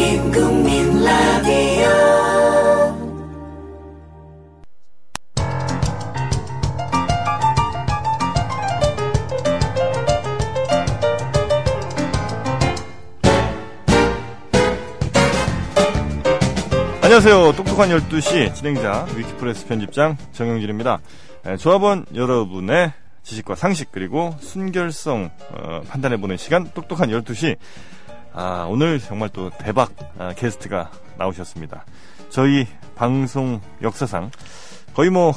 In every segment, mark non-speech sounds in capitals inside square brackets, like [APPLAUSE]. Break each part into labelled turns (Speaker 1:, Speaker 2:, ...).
Speaker 1: 국민 라디오
Speaker 2: 안녕하세요. 똑똑한 12시 진행자 위키프레스 편집장 정영진입니다. 에, 조합원 여러분의 지식과 상식 그리고 순결성 어, 판단해보는 시간 똑똑한 12시 아, 오늘 정말 또 대박 아, 게스트가 나오셨습니다. 저희 방송 역사상 거의 뭐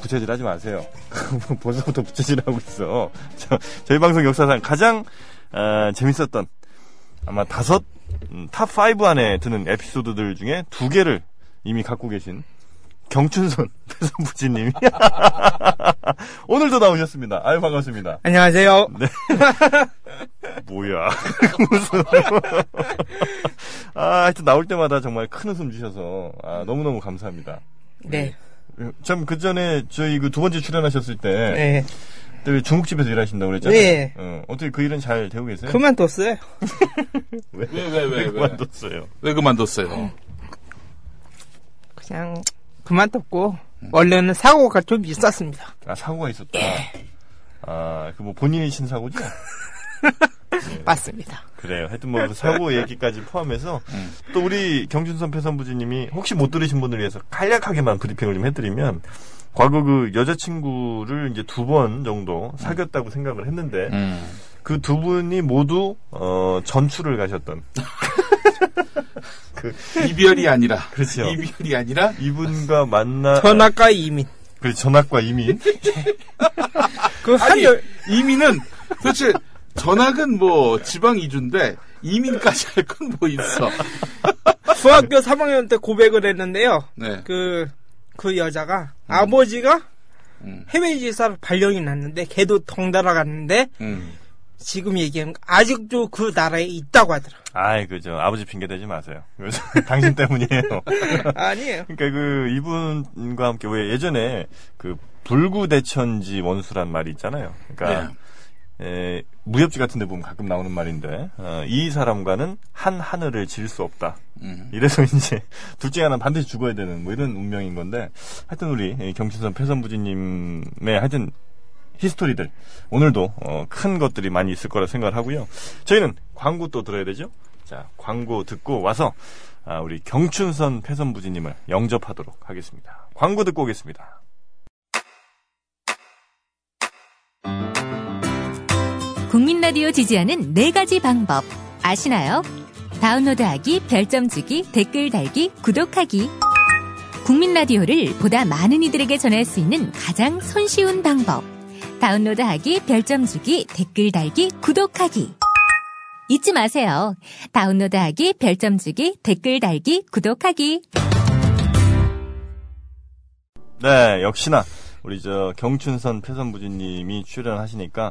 Speaker 2: 부채질 하지 마세요. [LAUGHS] 벌써부터 부채질하고 있어. 저, 저희 방송 역사상 가장 아, 재밌었던 아마 다섯 음, 탑 5 안에 드는 에피소드들 중에 두 개를 이미 갖고 계신 [LAUGHS] 경춘손 태선부지님이 [LAUGHS] 오늘도 나오셨습니다. 아유 반갑습니다.
Speaker 3: 안녕하세요.
Speaker 2: 뭐야 [LAUGHS] 무슨 아 하여튼 나올 때마다 정말 큰 웃음 주셔서 아, 너무너무 감사합니다.
Speaker 3: 네.
Speaker 2: 참 그 전에 저희 그 두 번째 출연하셨을 때
Speaker 3: 네.
Speaker 2: 그때 왜 중국집에서 일하신다고 그랬잖아요.
Speaker 3: 네.
Speaker 2: 어, 떻게그 일은 잘 되고 계세요?
Speaker 3: 그만뒀어요.
Speaker 4: 왜 왜 왜 왜 왜
Speaker 2: 그만뒀어요. 음.
Speaker 4: 그만뒀어요?
Speaker 3: 그냥 그만뒀고 원래는 사고가 좀 있었습니다.
Speaker 2: 아 사고가 있었다. 아, 그 뭐 본인이 친 사고죠?
Speaker 3: 맞습니다.
Speaker 2: 그래요. 하여튼 뭐그 사고 얘기까지 포함해서 또 우리 경준선 패선부지님이 혹시 못 들으신 분을 위해서 간략하게만 브리핑을 좀 해드리면 과거 그 여자친구를 이제 두 번 정도 사귀었다고 생각을 했는데
Speaker 4: 음.
Speaker 2: 그 두 분이 모두 어 전출을 가셨던
Speaker 4: 이별이 아니라
Speaker 2: 그렇죠.
Speaker 4: 이별이 아니라
Speaker 2: 이분과 만나
Speaker 3: 전학과 이민.
Speaker 2: 그 전학과 이민
Speaker 3: 그
Speaker 4: 아니
Speaker 3: 한열
Speaker 4: 이민은 도대체 전학은 뭐 지방 이주인데 이민까지 할 건 뭐 있어?
Speaker 3: 중학교 3학년 때 고백을 했는데요.
Speaker 4: 네.
Speaker 3: 그, 그 여자가 아버지가
Speaker 4: 음.
Speaker 3: 해외 지사로 발령이 났는데 걔도 덩달아 갔는데
Speaker 4: 음.
Speaker 3: 지금 얘기하는 거 아직도 그 나라에 있다고
Speaker 2: [LAUGHS]
Speaker 3: 하더라.
Speaker 2: 아이 그죠 아버지 핑계 대지 마세요 요즘 [LAUGHS] 당신 때문이에요
Speaker 3: 아니에요.
Speaker 2: 그러니까 그 이분과 함께 왜 예전에 그 불구대천지 원수란 말이 있잖아요. 그러니까 에, 무협지 같은 데 보면 가끔 나오는 말인데 어, 이 사람과는 한 하늘을 질 수 없다.
Speaker 4: 음.
Speaker 2: 이래서 [LAUGHS] 이제 둘 중에 하나는 반드시 죽어야 되는 뭐 이런 운명인 건데 하여튼 우리 이 경춘선 패선부지님의 하여튼 히스토리들 오늘도 어, 큰 것들이 많이 있을 거라 생각을 하고요. 저희는 광고 또 들어야 되죠. 자 광고 듣고 와서 아, 우리 경춘선 패선부지님을 영접하도록 하겠습니다. 광고 듣고 오겠습니다.
Speaker 5: 국민 라디오 지지하는 네 가지 방법 아시나요? 다운로드하기, 별점 주기, 댓글 달기, 구독하기. 국민 라디오를 보다 많은 이들에게 전할 수 있는 가장 손쉬운 방법. 다운로드하기, 별점 주기, 댓글 달기, 구독하기. 잊지 마세요. 다운로드하기, 별점 주기, 댓글 달기, 구독하기.
Speaker 2: 네 역시나 우리 저 경춘선 패선부지님이 출연하시니까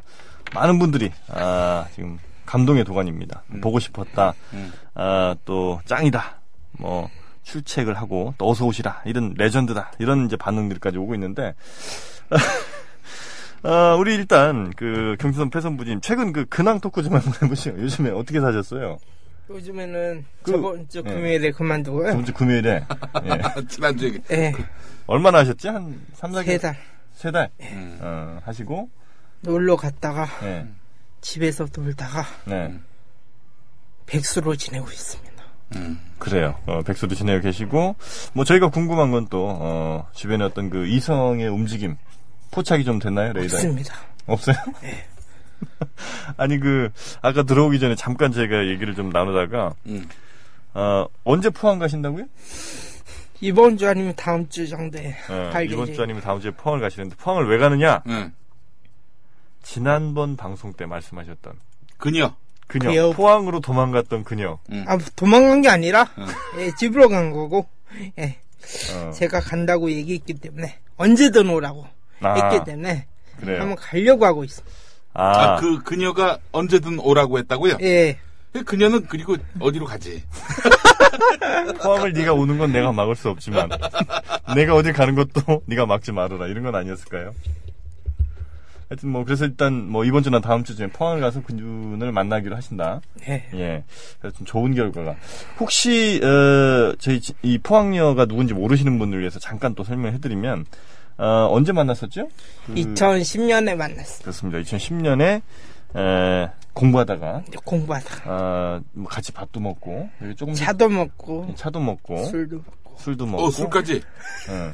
Speaker 2: 많은 분들이 아, 지금 감동의 도가니입니다. 보고 싶었다.
Speaker 4: 음.
Speaker 2: 아, 또 짱이다. 뭐 출첵을 하고 또 어서 오시라. 이런 레전드다. 이런 이제 반응들까지 오고 있는데 [LAUGHS] 아, 우리 일단 그 경춘선 패선부님 최근 그 근황 토크 좀 한번 해보시죠. 요즘에 어떻게 사셨어요?
Speaker 3: 요즘에는
Speaker 2: 그-
Speaker 3: 저번 주
Speaker 2: 네.
Speaker 3: 금요일에 그만두고요.
Speaker 2: 저번주 금요일에 예.
Speaker 4: 아, 지난주에
Speaker 3: 예,
Speaker 2: 얼마나 하셨지? 한 3, 4개?
Speaker 3: 세달
Speaker 2: 세 달.
Speaker 4: 음.
Speaker 2: 어, 하시고
Speaker 3: 놀러 갔다가
Speaker 2: 예.
Speaker 3: 집에서 놀다가
Speaker 2: 네.
Speaker 3: 백수로 지내고 있습니다.
Speaker 2: 그래요. 어, 백수도 지내고 계시고, 뭐, 저희가 궁금한 건 또, 어, 주변에 어떤 그 이성의 움직임, 포착이 좀 됐나요, 레이더에?
Speaker 3: 없습니다. 네.
Speaker 2: 없어요? [LAUGHS] 아니, 그, 아까 들어오기 전에 잠깐 제가 얘기를 좀 나누다가,
Speaker 4: 음.
Speaker 2: 어, 언제 포항 가신다고요?
Speaker 3: 이번 주 아니면 다음 주 정도에
Speaker 2: 어,
Speaker 3: 갈
Speaker 2: 이번
Speaker 3: 예정이에요.
Speaker 2: 주 아니면 다음 주에 포항을 가시는데, 포항을 왜 가느냐?
Speaker 4: 음.
Speaker 2: 지난번 방송 때 말씀하셨던
Speaker 4: 그녀.
Speaker 2: 그녀,
Speaker 3: 그녀.
Speaker 2: 포항으로 도망갔던 그녀.
Speaker 3: 아, 도망간 게 아니라 예, 집으로 간 거고 예,
Speaker 2: 어,
Speaker 3: 제가 간다고 얘기했기 때문에 언제든 오라고
Speaker 2: 아, 네.
Speaker 3: 했기 때문에
Speaker 2: 그래요.
Speaker 3: 한번 가려고 하고 있습니다.
Speaker 2: 아,
Speaker 4: 아, 그 그녀가 언제든 오라고 했다고요?
Speaker 3: 예,
Speaker 4: 그녀는 그리고 어디로 가지?
Speaker 2: 포항을 네가 오는 건 내가 막을 수 없지만 [LAUGHS] 내가 어디 가는 것도 네가 막지 말아라 이런 건 아니었을까요? 하여튼 뭐 그래서 일단 뭐 이번 주나 다음 주쯤에 포항을 가서 군인을 만나기로 하신다.
Speaker 3: 네.
Speaker 2: 예. 그래서 좀 좋은 결과가. 혹시, 어, 저희 지- 이 포항리어가 누군지 모르시는 분을 위해서 잠깐 또 설명해드리면, 어, 언제 만났었죠? 그-
Speaker 3: 2010년에 만났어요.
Speaker 2: 그렇습니다. 2010년에, 에, 공부하다가,
Speaker 3: 공부하다가.
Speaker 2: 아, 뭐 같이 밥도 먹고, 여기 조금
Speaker 3: 차도 먹고,
Speaker 2: 차도 먹고,
Speaker 3: 술도 먹고.
Speaker 2: 술. 도 먹고,
Speaker 4: 어, 술까지.
Speaker 2: 예.
Speaker 4: 어.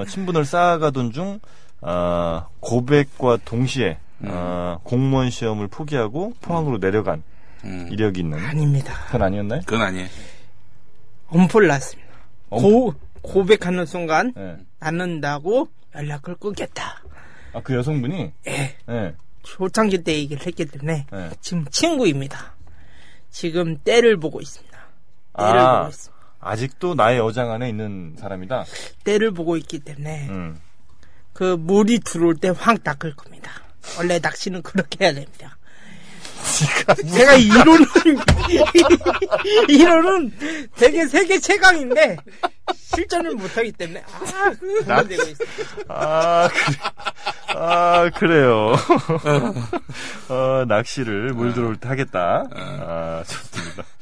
Speaker 2: 어, 친분을 쌓아가던 중, 아, 고백과 동시에, 아, 공무원 시험을 포기하고 포항으로 내려간
Speaker 4: 음.
Speaker 2: 이력이 있는
Speaker 3: 아닙니다.
Speaker 2: 편 아니었나요?
Speaker 4: 그건 아니에요.
Speaker 3: 엄포를 났습니다.
Speaker 2: 엄-
Speaker 3: 고, 고백하는 순간,
Speaker 2: 예.
Speaker 3: 낳는다고 연락을 끊겠다.
Speaker 2: 아, 그 여성분이,
Speaker 3: 예.
Speaker 2: 예.
Speaker 3: 초창기 때 얘기를 했기 때문에,
Speaker 2: 네.
Speaker 3: 지금 친구입니다. 지금 때를 보고 있습니다. 때를 보고
Speaker 2: 아,
Speaker 3: 있습니다.
Speaker 2: 아직도 나의 어장 안에 있는 사람이다.
Speaker 3: 때를 보고 있기 때문에,
Speaker 2: 음.
Speaker 3: 그 물이 들어올 때 확 낚을 겁니다. 원래 낚시는 그렇게 해야 됩니다. 제가 이론은 [LAUGHS] 이론은 되게 세계 최강인데 실전을 못하기 때문에 아 그거 되고 있어.
Speaker 2: 아, 그래. 아, 그래요. 어, 낚시를 물 들어올 때 하겠다. 아, 좋습니다. [LAUGHS]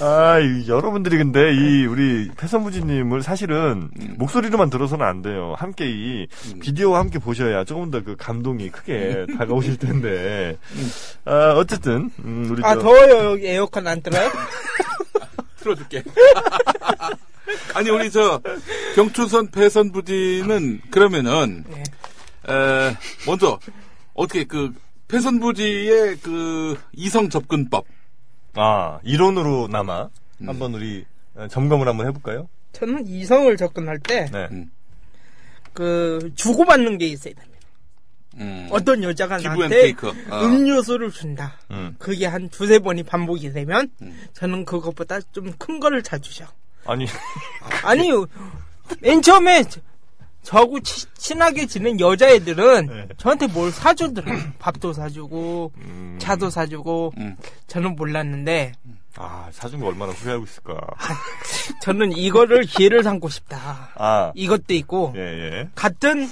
Speaker 2: 아, 이- 여러분들이 근데 이 우리 패선부지님을 사실은 목소리로만 들어서는 안 돼요. 함께 이 비디오와 함께 보셔야 조금 더 그 감동이 크게 다가오실 텐데. 아, 어쨌든 음, 우리
Speaker 3: 아
Speaker 2: 저-
Speaker 3: 더워요 여기 에어컨 안 틀어요?
Speaker 4: 틀어줄게. [LAUGHS] 아니, 우리 저, 경춘선 패선부지는, 그러면은,
Speaker 3: 네.
Speaker 4: 에, 먼저, 어떻게 그, 패선부지의 그, 이성 접근법.
Speaker 2: 아, 이론으로 남아 한번 우리 어, 점검을 한번 해볼까요?
Speaker 3: 저는 이성을 접근할
Speaker 2: 네.
Speaker 4: 음.
Speaker 3: 때 그 주고받는 게 있어야 됩니다.
Speaker 4: 음.
Speaker 3: 어떤 여자가
Speaker 4: 기브 앤
Speaker 3: 나한테
Speaker 4: 테이크. 어.
Speaker 3: 음료수를 준다.
Speaker 2: 음.
Speaker 3: 그게 한 두세 번이 반복이 되면
Speaker 4: 음.
Speaker 3: 저는 그것보다 좀 큰 거를 자주죠.
Speaker 2: 아니,
Speaker 3: 아니, 맨 처음에 저- 저하고 치- 친하게 지낸 여자애들은
Speaker 2: 네.
Speaker 3: 저한테 뭘 사주더라고요. 밥도 사주고, 차도 사주고,
Speaker 4: 음.
Speaker 3: 저는 몰랐는데, 아,
Speaker 2: 아, 사준 거 얼마나 후회하고 있을까.
Speaker 3: 저는 이거를 기회를 삼고 싶다.
Speaker 2: 아,
Speaker 3: 이것도 있고,
Speaker 2: 예, 예.
Speaker 3: 같은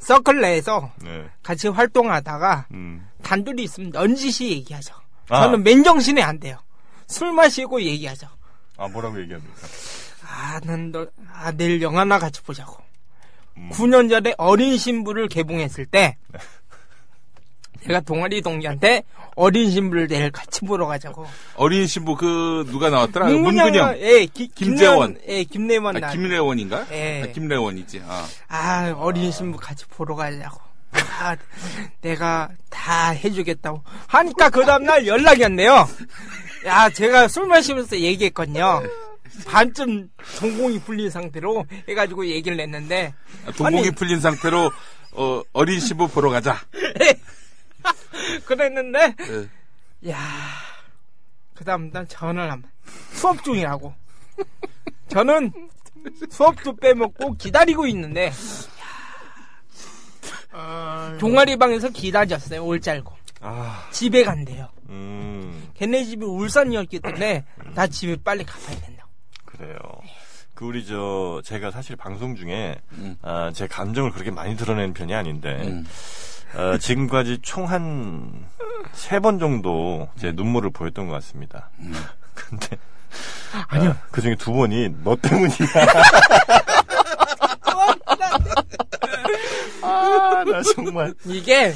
Speaker 3: 서클 내에서
Speaker 2: 네.
Speaker 3: 같이 활동하다가
Speaker 2: 음.
Speaker 3: 단둘이 있으면 넌지시 얘기하죠.
Speaker 2: 아.
Speaker 3: 저는 맨정신에 안 돼요. 술 마시고 얘기하죠.
Speaker 2: 아, 뭐라고 얘기합니까?
Speaker 3: 아, 난 너, 아, 내일 영화나 같이 보자고. 9년 전에 어린 신부를 개봉했을 [LAUGHS] 때, 제가 동아리 동기한테 어린 신부를 내일 같이 보러 가자고.
Speaker 4: 어린 신부 그, 누가 나왔더라?
Speaker 3: 문근영,
Speaker 4: 문근영.
Speaker 3: 예, 기-
Speaker 4: 김재원.
Speaker 3: 김래원, 예, 김래원
Speaker 4: 아,
Speaker 3: 나.
Speaker 4: 김래원인가?
Speaker 3: 예.
Speaker 4: 아, 김래원이지. 아.
Speaker 3: 아, 어린 신부 같이 보러 가자고. 아, 내가 다 해주겠다고. 하니까 그 다음날 연락이 왔네요. 야, 제가 술 마시면서 얘기했거든요. 반쯤 전공이 풀린 상태로 해가지고 얘기를 냈는데,
Speaker 4: 아, 동공이
Speaker 3: 아니.
Speaker 4: 풀린 상태로, 어, 어린 신부 보러 가자.
Speaker 3: 그랬는데,
Speaker 4: 예.
Speaker 3: 야, 그 다음날 전화를 한 번. 수업 중이라고. 저는 수업도 빼먹고 기다리고 있는데, 야, 동아리 방에서 기다렸어요, 올짤고.
Speaker 2: 아,
Speaker 3: 집에 간대요.
Speaker 2: 음,
Speaker 3: 걔네 집이 울산이었기 때문에, 나 집에 빨리 가봐야 된다.
Speaker 2: 그래요. 그, 우리 저, 제가 사실 방송 중에,
Speaker 4: 음.
Speaker 2: 아, 제 감정을 그렇게 많이 드러내는 편이 아닌데,
Speaker 4: 음.
Speaker 2: 어, 지금까지 총 한 세 번 정도 제 눈물을 보였던 것 같습니다. [LAUGHS] 근데, 음. 아니요. 그 중에 두 번이 너 [LAUGHS] 때문이야. 아, 나 정말.
Speaker 3: 이게,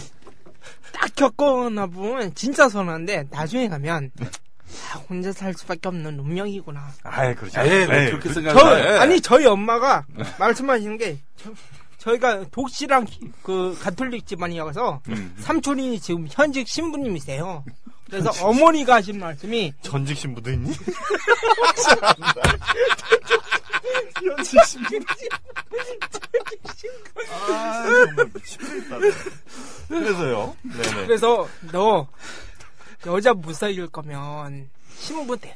Speaker 3: 딱 겪거나 보면 진짜 선한데, 나중에 가면, 아, 혼자 살 수밖에 없는 운명이구나.
Speaker 2: 아예 그렇지. 않아요.
Speaker 4: 에이, 왜
Speaker 2: 에이,
Speaker 4: 네, 그렇게
Speaker 2: 그-
Speaker 4: 생각해.
Speaker 3: 저, 아니, 저희 엄마가 말씀하시는 게, 저, 희가 독실한 기- 그 가톨릭 집안이어서
Speaker 2: 음.
Speaker 3: 삼촌이 지금 현직 신부님이세요. 그래서 어머니가 하신 말씀이
Speaker 2: 전직 신부도 있니? 아, 정말 미치겠다. 그래서요. 네네.
Speaker 3: 그래서 너 여자 무사일 거면 신부 되라.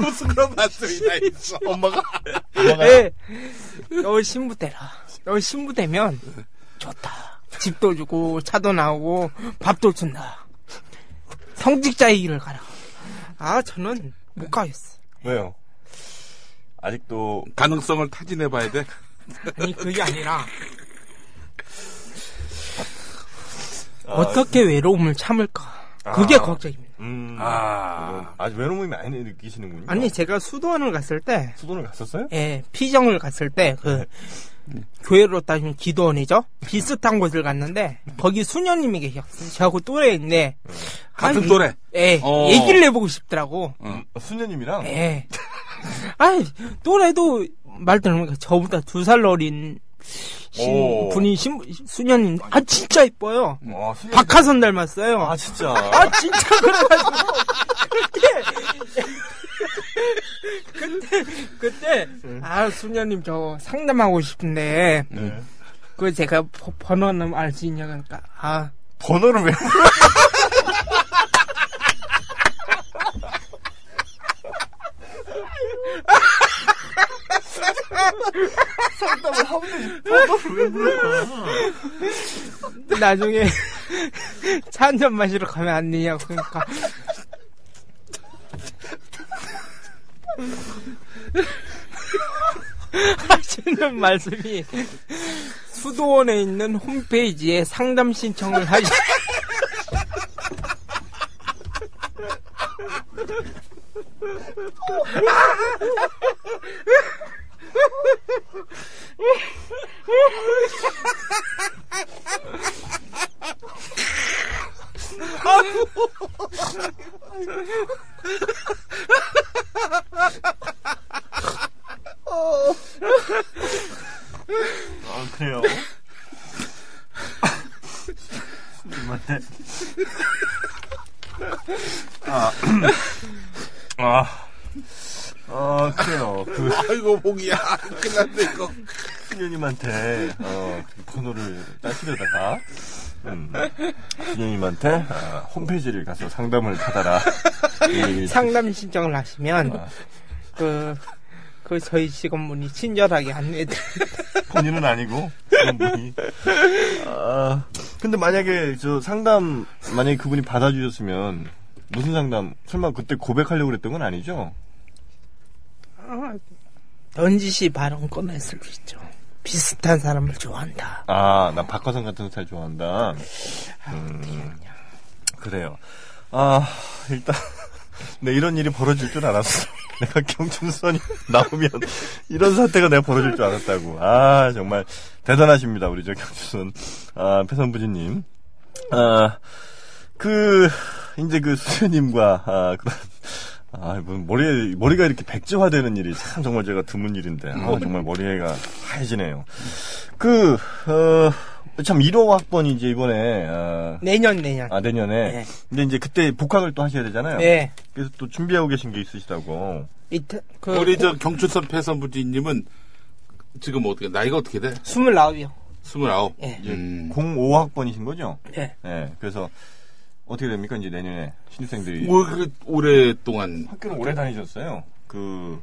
Speaker 4: 무슨 그런 말씀이나 있어.
Speaker 2: 엄마가?
Speaker 3: 예. 너 신부 되라. 너 신부 되면 좋다. 집도 주고 차도 나오고 밥도 준다. 성직자의 길을 가라. 아 저는 못 가겠어.
Speaker 2: 왜요? 아직도
Speaker 4: 가능성을 타진해봐야 돼.
Speaker 3: 아니 그게 아니라 어떻게 외로움을 참을까? 그게 걱정입니다.
Speaker 2: 음,
Speaker 4: 아.
Speaker 2: 아주 외로움이 많이 느끼시는군요.
Speaker 3: 아니 제가 수도원을 갔을 때,
Speaker 2: 수도를 갔었어요?
Speaker 3: 예, 피정을 갔을 때 그 교회로 따지면 기도원이죠. 비슷한 곳을 갔는데 거기 수녀님이 계셨어요. 저하고 또래인데
Speaker 4: 같은
Speaker 3: 아이,
Speaker 4: 또래?
Speaker 3: 예,
Speaker 4: 어.
Speaker 3: 얘기를 해보고 싶더라고.
Speaker 2: 음, 수녀님이랑
Speaker 3: 예.
Speaker 4: [LAUGHS]
Speaker 3: 아이 또래도 말 들으니까 저보다 두 살 어린 신-
Speaker 2: 오.
Speaker 3: 분이 신, 수녀님 아 진짜 이뻐요.
Speaker 2: 와, 수녀
Speaker 3: 박하선 닮았어요.
Speaker 2: 어, 아 진짜.
Speaker 3: 아 진짜 그래가지고 그때 그때 그때 아 수녀님 저 상담하고 싶은데
Speaker 2: 네.
Speaker 3: 그 제가 버- 번호는 알 수 있냐 그러니까 아
Speaker 2: 번호를 왜? 상담을 하면 번호를 왜 물어봐?
Speaker 3: 나중에 [LAUGHS] 차 한 잔 마시러 가면 안 되냐고 그러니까 [LAUGHS] 하시는 말씀이 수도원에 있는 홈페이지에 상담 신청을 하시
Speaker 2: 아 그래요. 맞네. 음. 아, 아, 아 그래요. 그
Speaker 4: 아이고, 봉이야. [LAUGHS] 끝났네, 이거.
Speaker 2: 수녀님한테 어, 그 번호를 따시려다가 음, 수녀님한테 아, 홈페이지를 가서 상담을 받아라. 이 얘기를
Speaker 3: 상담 신청을 하시면 그, 그 저희 직원분이 친절하게 안내해드려
Speaker 2: 본인은 아니고 그런 분이. 아, 근데 만약에 저 상담 만약에 그분이 받아주셨으면 무슨 상담? 설마 그때 고백하려고 그랬던 건 아니죠?
Speaker 3: 던지시 발언 꺼냈을 수 있죠 비슷한 사람을 좋아한다
Speaker 2: 아, 나 박화성 같은 스타일 좋아한다. 음, 그래요. 아, 일단. [LAUGHS] 네, 이런 일이 벌어질 줄 알았어. [LAUGHS] 내가 경춘선이 [LAUGHS] 나오면 이런 사태가 내가 벌어질 줄 알았다고. 아, 정말 대단하십니다. 우리 저 경춘선. 아, 패선부지님. 아, 그, 이제 그 수녀님과, 아, 그런. 아, 뭐, 머리, 머리가 이렇게 백지화되는 일이 참 정말 제가 드문 일인데, 아, 정말 머리가 하얘지네요. 그, 어, 참, 1호 학번이 이제 이번에, 아,
Speaker 3: 내년 내년
Speaker 2: 아, 내년에.
Speaker 3: 네.
Speaker 2: 근데 이제 그때 복학을 또 하셔야 되잖아요.
Speaker 3: 네.
Speaker 2: 그래서 또 준비하고 계신 게 있으시다고.
Speaker 3: 이태, 그,
Speaker 4: 우리
Speaker 3: 고-
Speaker 4: 저 경춘선 패선부지님은 지금 어떻게, 나이가 어떻게 돼?
Speaker 3: 29이요.
Speaker 4: 스물아홉.
Speaker 3: 예.
Speaker 4: 음.
Speaker 2: 05학번이신 거죠?
Speaker 3: 네.
Speaker 2: 네. 그래서 어떻게 됩니까? 이제 내년에 신입생들이.
Speaker 4: 올- 그 오랫동안
Speaker 2: 학교를 오래 다니셨어요. 그,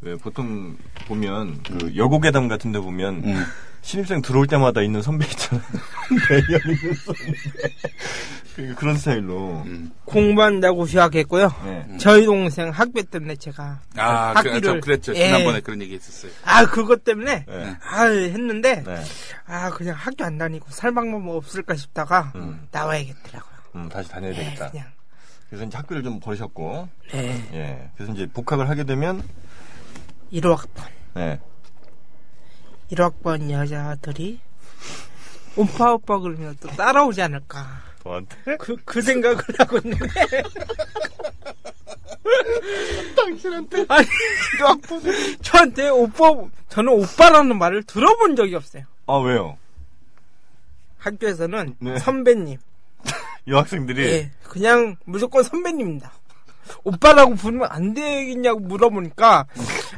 Speaker 2: 왜 보통 보면, 그 여고괴담 같은 데 보면,
Speaker 4: 음.
Speaker 2: 신입생 들어올 때마다 있는 선배 있잖아요. [LAUGHS] 매년 있는 선배. 그러니까 그런 스타일로.
Speaker 4: 음.
Speaker 3: 공부한다고 휴학했고요.
Speaker 2: 네.
Speaker 3: 저희 동생 학비 때문에 제가
Speaker 4: 아, 그, 저
Speaker 3: 학비를-
Speaker 4: 그랬죠.
Speaker 3: 예.
Speaker 4: 지난번에 그런 얘기 했었어요.
Speaker 3: 아 그것 때문에
Speaker 2: 네.
Speaker 3: 아 했는데
Speaker 2: 네.
Speaker 3: 아 그냥 학교 안 다니고 살 방법 없을까 싶다가 나와야겠더라고요.
Speaker 2: 음, 다시 다녀야
Speaker 3: 네,
Speaker 2: 되겠다.
Speaker 3: 그냥
Speaker 2: 그래서 이제 학교를 좀 버리셨고,
Speaker 3: 네.
Speaker 2: 예. 그래서 이제 복학을 하게 되면,
Speaker 3: 1학번
Speaker 2: 네.
Speaker 3: 1학번 여자들이 오빠 오빠 그러면 또 따라오지 않을까
Speaker 2: 너한테?
Speaker 3: 그 그 생각을 하고 있는데 [LAUGHS] 당신한테 아니 1학번 저한테 오빠 저는 오빠라는 말을 들어본 적이 없어요.
Speaker 2: 아, 왜요?
Speaker 3: 학교에서는
Speaker 2: 네.
Speaker 3: 선배님.
Speaker 2: 여학생들이.
Speaker 3: 예. 그냥 무조건 선배님입니다. 오빠라고 부르면 안 되겠냐고 물어보니까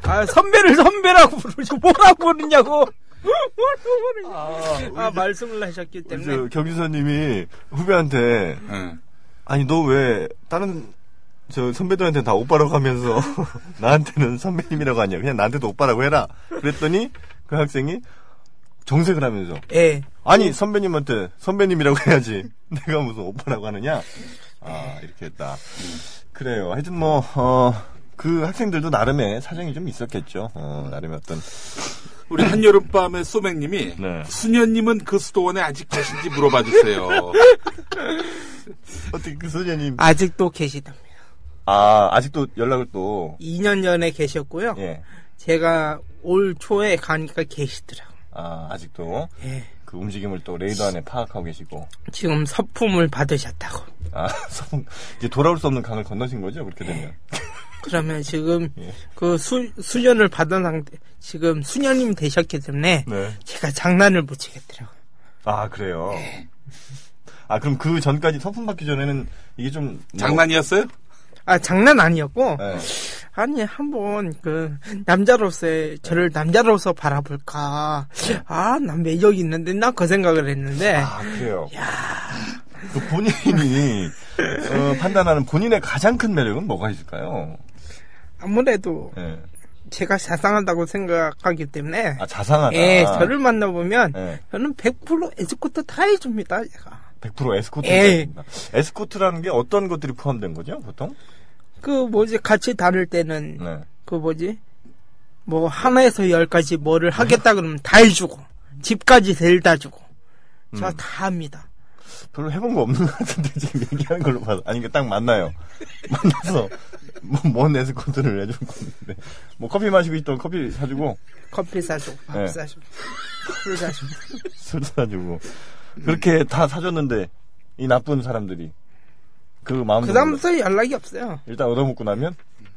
Speaker 3: 아, 선배를 선배라고 부르지 뭐라고 부르냐고 뭐라고 부르냐. 아, 말씀을 하셨기
Speaker 2: 우리
Speaker 3: 때문에
Speaker 2: 저 경기사님이 후배한테,
Speaker 4: 응.
Speaker 2: 아니, 너 왜 다른, 저 선배들한테 다 오빠라고 하면서, [LAUGHS] 나한테는 선배님이라고 하냐. 그냥 나한테도 오빠라고 해라. 그랬더니, 그 학생이 정색을 하면서,
Speaker 3: 예.
Speaker 2: 아니, 선배님한테 선배님이라고 해야지. 내가 무슨 오빠라고 하느냐? 아, 이렇게 했다. 그래요. 하여튼 뭐, 어, 그 학생들도 나름의 사정이 좀 있었겠죠. 어, 나름의 어떤
Speaker 4: 우리 한여름밤의 소맥님이
Speaker 2: 네.
Speaker 4: 수녀님은 그 수도원에 아직 계신지 물어봐 주세요. [LAUGHS]
Speaker 2: 어떻게 그 소녀님.
Speaker 3: 아직도 계시답니다.
Speaker 2: 아, 아직도 연락을 또.
Speaker 3: 2년 전에 계셨고요.
Speaker 2: 예.
Speaker 3: 제가 올 초에 가니까 계시더라고.
Speaker 2: 아, 아직도
Speaker 3: 예.
Speaker 2: 그 움직임을 또 레이더 안에 파악하고 계시고.
Speaker 3: 지금 서품을 받으셨다고.
Speaker 2: 아, [LAUGHS] 성- 이제 돌아올 수 없는 강을 건너신 거죠? 그렇게 되면.
Speaker 3: 그러면 지금
Speaker 2: 예.
Speaker 3: 그 수, 수련을 받은 상태, 지금 수녀님 되셨기 때문에
Speaker 2: 네.
Speaker 3: 제가 장난을 못 치겠더라고요.
Speaker 2: 아, 그래요. 아, 그럼 그 전까지 서품 받기 전에는 이게 좀. 뭐-
Speaker 4: 장난이었어요?
Speaker 3: 아, 장난 아니었고,
Speaker 2: 네.
Speaker 3: 아니, 한번 그, 남자로서의, 저를 남자로서 바라볼까. 아, 난 매력이 있는데, 나 그 생각을 했는데,
Speaker 2: 아, 그래요. 그 본인이 어, 판단하는 본인의 가장 큰 매력은 뭐가 있을까요?
Speaker 3: 아무래도
Speaker 2: 예.
Speaker 3: 제가 자상하다고 생각하기 때문에,
Speaker 2: 아, 자상하다.
Speaker 3: 예, 저를 만나보면,
Speaker 2: 예.
Speaker 3: 저는 100% 에스코트 다 해줍니다, 제가.
Speaker 2: 100% 에스코트.
Speaker 3: 예.
Speaker 2: 에스코트라는 게 어떤 것들이 포함된 거죠, 보통?
Speaker 3: 그 뭐지, 같이 다룰 때는,
Speaker 2: 네.
Speaker 3: 그 뭐지 뭐 하나에서 열까지 뭐를 하겠다 그러면 다 해주고 집까지 데려다 주고
Speaker 2: 음.
Speaker 3: 제가 다 합니다.
Speaker 2: 별로 해본 거 없는 것 같은데 지금 얘기하는 걸로 봐서 아니 그딱 만나요 [LAUGHS] 만나서 뭐뭔 에스코트를 해줄 건데 뭐 커피 마시고 있던 커피 사주고
Speaker 3: 커피 사주고 밥
Speaker 2: 네. 음.
Speaker 3: 사주고
Speaker 2: [LAUGHS]
Speaker 3: 술 사주고
Speaker 2: 술 사주고 그렇게 다 사줬는데 이 나쁜 사람들이 그 마음
Speaker 3: 그 다음부터 연락이 없어요.
Speaker 2: 일단 얻어먹고 나면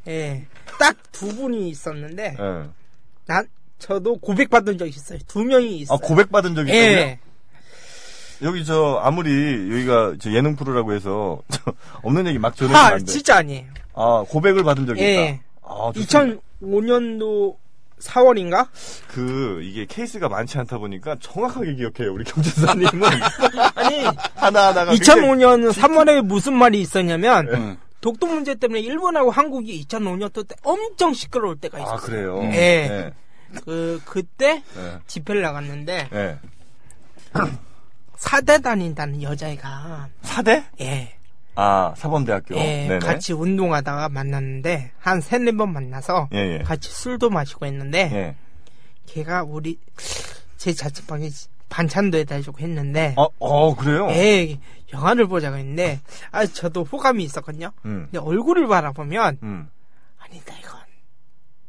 Speaker 3: 예, 딱 두 분이 있었는데
Speaker 2: 예.
Speaker 3: 난 저도 고백 받은 적 있어요. 두 명이
Speaker 2: 아
Speaker 3: 있어요.
Speaker 2: 고백 받은 적이 있군요
Speaker 3: 예,
Speaker 2: 여기 저 아무리 여기가 저 예능 프로라고 해서 [LAUGHS] 저 없는 얘기 막 전해주면
Speaker 3: 아
Speaker 2: 안돼
Speaker 3: 진짜 아니에요.
Speaker 2: 아 고백을 받은 적이
Speaker 3: 예.
Speaker 2: 있다 아, 좋습니다.
Speaker 3: 2005년도
Speaker 2: 아,
Speaker 3: 4월인가?
Speaker 2: 그 이게 케이스가 많지 않다 보니까 정확하게 기억해요 우리 경제사님은
Speaker 3: [LAUGHS] 아니
Speaker 2: 하나 하나가
Speaker 3: 2005년 3월에 무슨 말이 있었냐면
Speaker 2: 네.
Speaker 4: 응.
Speaker 3: 독도 문제 때문에 일본하고 한국이 2005년도 때 엄청 시끄러울 때가
Speaker 2: 아
Speaker 3: 있었어요.
Speaker 2: 그래요.
Speaker 3: 예.
Speaker 2: 예.
Speaker 3: 그 그때
Speaker 2: 예.
Speaker 3: 집회를 나갔는데
Speaker 2: 예.
Speaker 3: 사대 다닌다는 여자애가
Speaker 2: 사대?
Speaker 3: 예,
Speaker 2: 아 사범대학교.
Speaker 3: 예
Speaker 2: 네네.
Speaker 3: 같이 운동하다가 만났는데 한 세네 번 만나서
Speaker 2: 예, 예.
Speaker 3: 같이 술도 마시고 했는데
Speaker 2: 예.
Speaker 3: 걔가 우리 제 자취방에 반찬도 해달라고 했는데
Speaker 2: 아, 어 그래요.
Speaker 3: 예 영화를 보자고 했는데 아 저도 호감이 있었거든요.
Speaker 2: 음.
Speaker 3: 근데 얼굴을 바라보면
Speaker 2: 음.
Speaker 3: 아니다 이건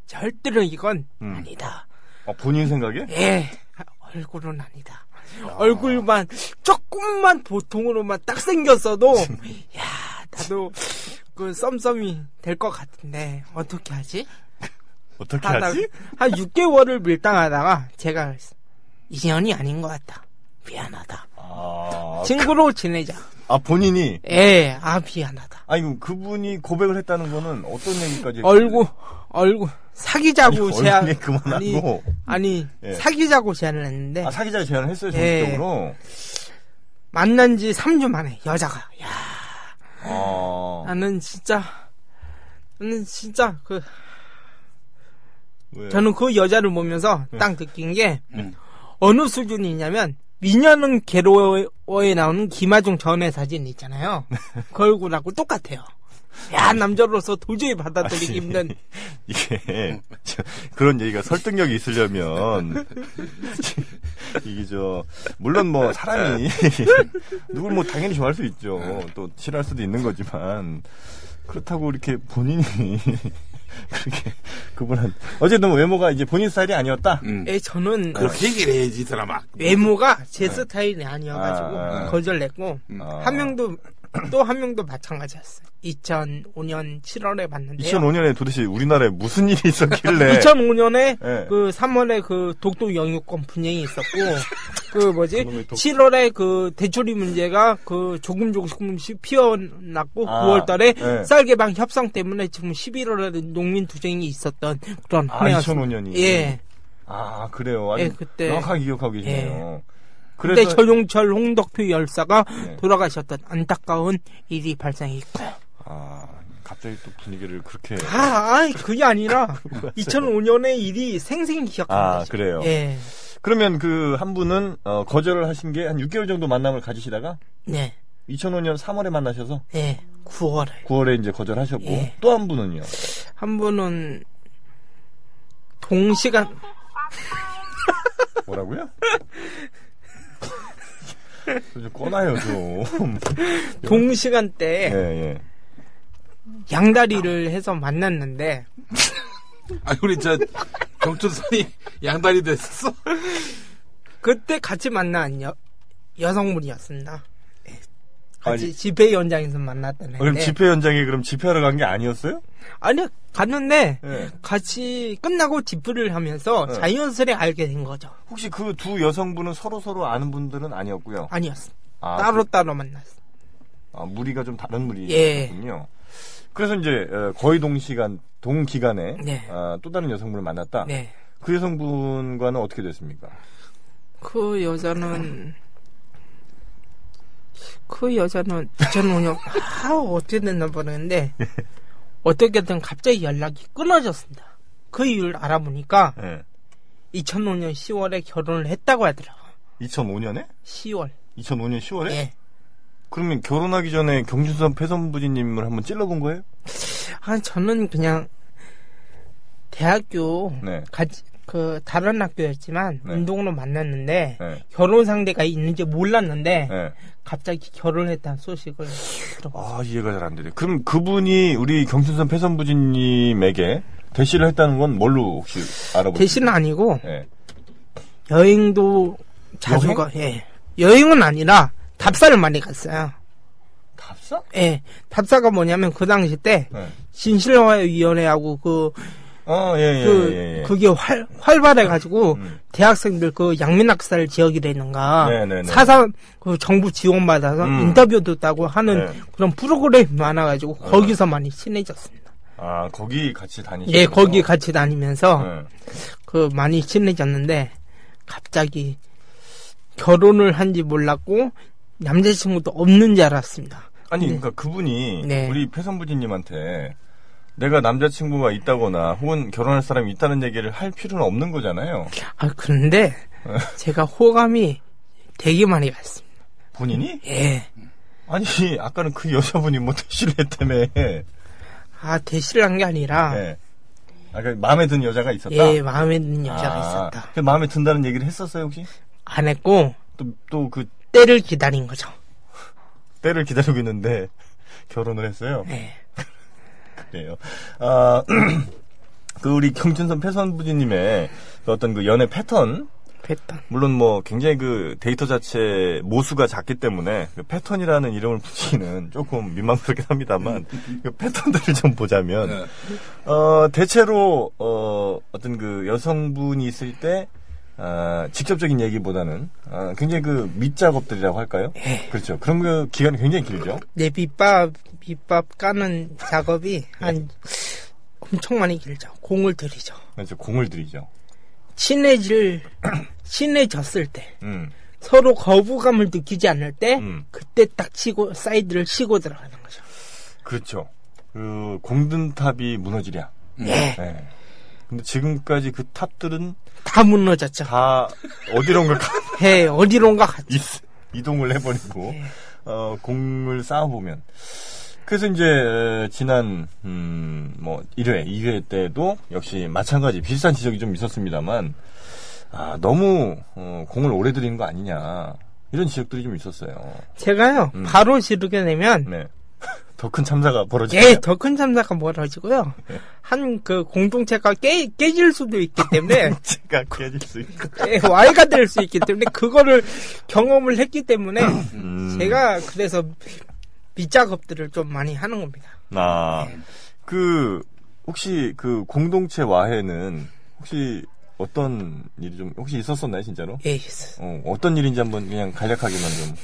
Speaker 3: 절대로 이건
Speaker 2: 음.
Speaker 3: 아니다.
Speaker 2: 아, 본인 생각에?
Speaker 3: 예, 얼굴은 아니다. 얼굴만 조금만 보통으로만 딱 생겼어도 야 나도 그 썸썸이 될 것 같은데 어떻게 하지?
Speaker 2: 어떻게
Speaker 3: 하다-
Speaker 2: 하지?
Speaker 3: 한 6개월을 밀당하다가 제가 인연이 아닌 것 같다. 미안하다.
Speaker 2: 아,
Speaker 3: 친구로 지내자.
Speaker 2: 아 본인이.
Speaker 3: 예, 아 미안하다.
Speaker 2: 아니 그럼 그분이 고백을 했다는 거는 어떤 얘기까지?
Speaker 3: 얼굴 얼굴 사귀자고
Speaker 2: 아니,
Speaker 3: 제안
Speaker 2: 얼굴에 그만하고.
Speaker 3: 아니, 아니
Speaker 2: 예.
Speaker 3: 사귀자고 제안을 했는데
Speaker 2: 아 사귀자 제안을 했어요
Speaker 3: 예.
Speaker 2: 전적으로.
Speaker 3: 만난 지 3주 만에 여자가 야 예.
Speaker 2: 아
Speaker 3: 나는 진짜 나는 진짜 그
Speaker 2: 왜?
Speaker 3: 저는 그 여자를 보면서 딱 느낀 게
Speaker 4: 음.
Speaker 3: 어느 수준이냐면 미녀는 괴로워에 나오는 김하중 전의 사진 있잖아요. 그 얼굴하고 똑같아요. 야 남자로서 도저히 받아들이기
Speaker 2: 아니,
Speaker 3: 힘든
Speaker 2: 이게 저, 그런 얘기가 설득력이 있으려면 [LAUGHS] 이게 저 물론 뭐 사람이 [LAUGHS] 누굴 뭐 당연히 좋아할 수 있죠 또 싫어할 수도 있는 거지만 그렇다고 이렇게 본인이 [LAUGHS] 그렇게 그분한 어쨌든 외모가 이제 본인 스타일이 아니었다
Speaker 4: 음.
Speaker 3: 예, 저는
Speaker 4: 그렇게 얘기를 해야지 드라마.
Speaker 3: 외모가 제 스타일이 아니어가지고
Speaker 2: 아, 아.
Speaker 3: 거절냈고
Speaker 2: 아.
Speaker 3: 한 명도 또 한 명도 마찬가지였어요. 2005년 7월에 봤는데
Speaker 2: 2005년에 도대체 우리나라에 무슨 일이
Speaker 3: [LAUGHS]
Speaker 2: 있었길래
Speaker 3: 2005년에
Speaker 2: 예.
Speaker 3: 그 3월에 그 독도 영유권
Speaker 2: [LAUGHS]
Speaker 3: 분쟁이 있었고 그 뭐지
Speaker 2: 그놈의 독-
Speaker 3: 7월에 그 대출이 문제가 그 조금 조금씩 피어났고
Speaker 2: 아,
Speaker 3: 9월달에
Speaker 2: 예.
Speaker 3: 쌀 개방 협상 때문에 지금 11월에 농민 투쟁이 있었던 그런
Speaker 2: 아,
Speaker 3: 해였습니다.
Speaker 2: 2005년이.
Speaker 3: 예.
Speaker 2: 아 그래요 아주
Speaker 3: 예, 그때-
Speaker 2: 정확하게 기억하고 계시네요
Speaker 3: 그때
Speaker 2: 그래서
Speaker 3: 전용철 홍덕표 열사가
Speaker 2: 예.
Speaker 3: 돌아가셨던 안타까운 일이 발생했고
Speaker 2: 아 갑자기 또 분위기를 그렇게
Speaker 3: 아, 아
Speaker 2: [LAUGHS]
Speaker 3: 그게 아니라 2005년의 일이 생생히 기억합니다.
Speaker 2: 아, 그래요?
Speaker 3: 예.
Speaker 2: 그러면 그 한 분은 어, 거절을 하신 게 한 6개월 정도 만남을 가지시다가
Speaker 3: 네.
Speaker 2: 2005년 3월에 만나셔서
Speaker 3: 예. 9월에
Speaker 2: 9월에 이제 거절하셨고
Speaker 3: 예.
Speaker 2: 또 한 분은요.
Speaker 3: 한 분은 동시간
Speaker 2: 뭐라고요? [LAUGHS] 좀 꺼놔요 [LAUGHS] 좀.
Speaker 3: 동시간대에
Speaker 2: 예 예.
Speaker 3: 양다리를 해서 만났는데
Speaker 4: 아니 우리 저 경춘선이 [LAUGHS] 양다리 됐었어.
Speaker 3: 그때 같이 만난 여, 여성분이었습니다. 예. 같이
Speaker 2: 아니. 어,
Speaker 3: 집회 현장에서 만났던
Speaker 2: 그럼
Speaker 3: 애인데
Speaker 2: 집회 현장에 그럼 집회하러 간 게 아니었어요?
Speaker 3: 아니 갔는데
Speaker 2: 예.
Speaker 3: 같이 끝나고 집회를 하면서
Speaker 2: 예.
Speaker 3: 자연스레 알게 된 거죠.
Speaker 2: 혹시 그 두 여성분은 서로 서로 아는 분들은 아니었고요.
Speaker 3: 아니었어.
Speaker 2: 아,
Speaker 3: 따로
Speaker 2: 그-
Speaker 3: 따로 만났어.
Speaker 2: 아, 무리가 좀 다른
Speaker 3: 예.
Speaker 2: 무리였군요. 그래서 이제 어, 거의 동시간 동기간에
Speaker 3: 네.
Speaker 2: 아, 또 다른 여성분을 만났다.
Speaker 3: 네.
Speaker 2: 그 여성분과는 어떻게 됐습니까?
Speaker 3: 그 여자는 그 여자는 저는 그냥 아 어떻게 됐나 모르겠는데 어떻게든 갑자기 연락이 끊어졌습니다. 그 이유를 알아보니까
Speaker 2: 예.
Speaker 3: 2005년 10월에 결혼을 했다고 하더라고.
Speaker 2: 2005년에?
Speaker 3: 10월.
Speaker 2: 2005년 10월에?
Speaker 3: 예.
Speaker 2: 그러면 결혼하기 전에 경준선 패선부지님을 한번 찔러본 거예요?
Speaker 3: 아 저는 그냥 대학교
Speaker 2: 네.
Speaker 3: 같이 그 다른 학교였지만
Speaker 2: 네.
Speaker 3: 운동으로 만났는데
Speaker 2: 네.
Speaker 3: 결혼 상대가 있는지 몰랐는데
Speaker 2: 예.
Speaker 3: 갑자기 결혼했다는 소식을 들어.
Speaker 2: 아, 이해가 잘 안 되네. 그럼 그분이 우리 경춘선 패선부지님에게 대시를 했다는 건 뭘로 혹시 알아보셨어요?
Speaker 3: 대신은 아니고
Speaker 2: 예.
Speaker 3: 여행도 자주
Speaker 2: 여행?
Speaker 3: 가. 예. 여행은 아니라 답사를 많이 갔어요.
Speaker 2: 답사?
Speaker 3: 예. 답사가 뭐냐면 그 당시 때
Speaker 2: 네.
Speaker 3: 진실화위원회하고 그
Speaker 2: 어, 예, 예,
Speaker 3: 그,
Speaker 2: 예, 예.
Speaker 3: 그게 활, 활발해가지고,
Speaker 2: 음.
Speaker 3: 대학생들 그 양민학살 지역이라는가,
Speaker 2: 네네네.
Speaker 3: 사상, 그 정부 지원받아서
Speaker 2: 음.
Speaker 3: 인터뷰도 따고 하는
Speaker 2: 네.
Speaker 3: 그런 프로그램이 많아가지고, 거기서 많이 친해졌습니다.
Speaker 2: 아, 거기 같이 다니시죠?
Speaker 3: 예, 거기 같이 다니면서,
Speaker 2: 예.
Speaker 3: 그, 많이 친해졌는데, 갑자기, 결혼을 한지 몰랐고, 남자친구도 없는지 알았습니다.
Speaker 2: 아니, 그러니까 그분이
Speaker 3: 네.
Speaker 2: 우리 패선부지님한테 내가 남자친구가 있다거나 혹은 결혼할 사람이 있다는 얘기를 할 필요는 없는 거잖아요.
Speaker 3: 아, 그런데, 제가 호감이 되게 많이 갔습니다.
Speaker 2: 본인이?
Speaker 3: 예.
Speaker 2: 아니, 아까는 그 여자분이 뭐 대시를 했다며. 예.
Speaker 3: 아, 대시를 한 게 아니라,
Speaker 2: 아, 그러니까 마음에 든 여자가 있었다?
Speaker 3: 예, 마음에 드는 여자가
Speaker 2: 아,
Speaker 3: 있었다.
Speaker 2: 그 마음에 든다는 얘기를 했었어요, 혹시?
Speaker 3: 안 했고
Speaker 2: 또, 또 그
Speaker 3: 때를 기다린 거죠.
Speaker 2: 때를 기다리고 있는데 [LAUGHS] 결혼을 했어요.
Speaker 3: 네.
Speaker 2: 그래요. 아, [CLEARS THROAT] 그 우리 경춘선 패선부지님의 그 어떤 그 연애 패턴,
Speaker 3: 패턴.
Speaker 2: 물론 뭐 굉장히 그 데이터 자체 모수가 작기 때문에 그 패턴이라는 이름을 붙이기는 조금 민망스럽긴 합니다만 그 패턴들을 좀 보자면
Speaker 4: 네.
Speaker 2: 어 대체로 어 어떤 그 여성분이 있을 때 아, 직접적인 얘기보다는 아, 굉장히 그 밑작업들이라고 할까요? 그렇죠. 그런 그 기간이 굉장히 길죠.
Speaker 3: 내 밑밥 밑밥 까는 작업이 한 엄청 많이 길죠. 공을 들이죠.
Speaker 2: 그래서 공을 들이죠.
Speaker 3: 친해질 친해졌을 때
Speaker 2: 음.
Speaker 3: 서로 거부감을 느끼지 않을 때
Speaker 2: 음.
Speaker 3: 그때 딱 치고 사이드를 치고 들어가는 거죠.
Speaker 2: 그렇죠. 그 공든탑이 무너지랴.
Speaker 3: 예.
Speaker 2: 네. 근데 지금까지 그 탑들은
Speaker 3: 다 무너졌죠.
Speaker 2: 다 어디론가 가-
Speaker 3: 예, 어디론가 갔죠.
Speaker 2: 이, 동을 해버리고
Speaker 3: 네.
Speaker 2: 어, 공을 쌓아보면 그래서 이제 에, 지난 음, 뭐 1회, 2회 때도 역시 마찬가지 비슷한 지적이 좀 있었습니다만 아, 너무 어, 공을 오래 들이는 거 아니냐 이런 지적들이 좀 있었어요.
Speaker 3: 제가요
Speaker 2: 음.
Speaker 3: 바로 지르게 되면
Speaker 2: 네. [LAUGHS] 더 큰 참사가 벌어지죠.
Speaker 3: 예, 더 큰 참사가 멀어지고요. 한 그 공동체가 깨, 깨질 수도 있기
Speaker 2: [LAUGHS]
Speaker 3: 때문에
Speaker 2: 제가 깨질 수 있고.
Speaker 3: 예, 와해가 될 수 있기 때문에 그거를 경험을 했기 때문에
Speaker 2: 음.
Speaker 3: 제가 그래서 밑작업들을 좀 많이 하는 겁니다.
Speaker 2: 아,
Speaker 3: 네.
Speaker 2: 그, 혹시 그 공동체 와해는 혹시 어떤 일이 좀, 혹시 있었었나요, 진짜로?
Speaker 3: 예, 있어요.
Speaker 2: 어, 어떤 일인지 한번 그냥 간략하게만 좀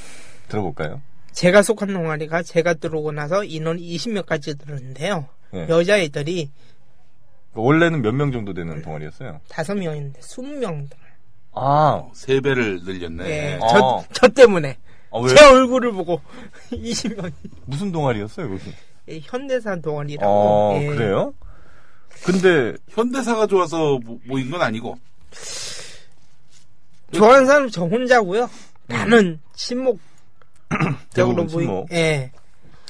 Speaker 2: 들어볼까요?
Speaker 3: 제가 속한 동아리가 제가 들어오고 나서 인원 20명까지 들었는데요.
Speaker 2: 예.
Speaker 3: 여자애들이
Speaker 2: 그러니까 원래는 몇 명 정도 되는 동아리였어요?
Speaker 3: 5명인데 20명.
Speaker 2: 아,
Speaker 4: 세 배를 늘렸네.
Speaker 3: 예,
Speaker 2: 아.
Speaker 3: 저, 저 때문에.
Speaker 2: 아, 왜?
Speaker 3: 제 얼굴을 보고 [LAUGHS] 20명이. 예,
Speaker 2: 무슨 동아리였어요, 거기?
Speaker 3: 현대산 동아리라고.
Speaker 2: 어,
Speaker 3: 예.
Speaker 2: 그래요? 근데,
Speaker 4: 현대사가 좋아서 뭐, 모- 모인 건 아니고
Speaker 3: 좋아하는 사람 저 혼자고요. 나는 친목.
Speaker 2: 음. [COUGHS] 대부분
Speaker 3: 적으로 모이-
Speaker 2: 친목.
Speaker 3: 예.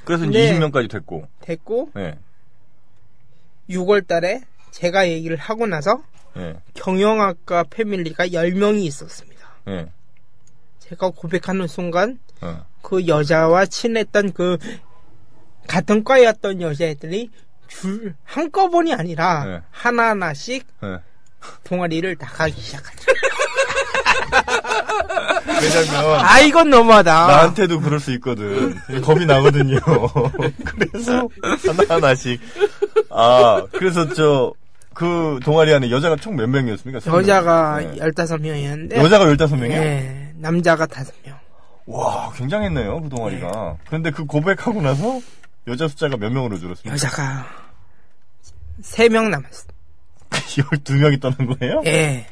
Speaker 2: 그래서 이제
Speaker 3: 네.
Speaker 2: 20명까지 됐고,
Speaker 3: 됐고
Speaker 2: 예.
Speaker 3: 6월 달에 제가 얘기를 하고 나서
Speaker 2: 예,
Speaker 3: 경영학과 패밀리가 10명이 있었습니다.
Speaker 2: 예,
Speaker 3: 제가 고백하는 순간
Speaker 2: 어.
Speaker 3: 그 여자와 친했던 그 같은 과였던 여자애들이 줄 한꺼번이 아니라
Speaker 2: 네.
Speaker 3: 하나하나씩
Speaker 2: 예.
Speaker 3: 동아리를 나가기 시작하죠.
Speaker 2: 왜냐면
Speaker 3: 아 이건 너무하다.
Speaker 2: 나한테도 그럴 수 있거든. 겁이 나거든요. [LAUGHS] 그래서 [LAUGHS] 하나하나씩. 아, 그래서 저 그 동아리 안에 여자가 총 몇 명이었습니까? 세 명.
Speaker 3: 여자가
Speaker 2: 예.
Speaker 3: 15명이었는데
Speaker 2: 여자가 네. 15명이요?
Speaker 3: 예, 남자가 5명.
Speaker 2: 와, 굉장했네요, 그 동아리가. 그런데 그 고백하고 나서 여자 숫자가 몇 명으로 줄었습니까? [LAUGHS]
Speaker 3: 여자가 3명 남았어.
Speaker 2: 12명이 떠난 거예요?
Speaker 3: 예.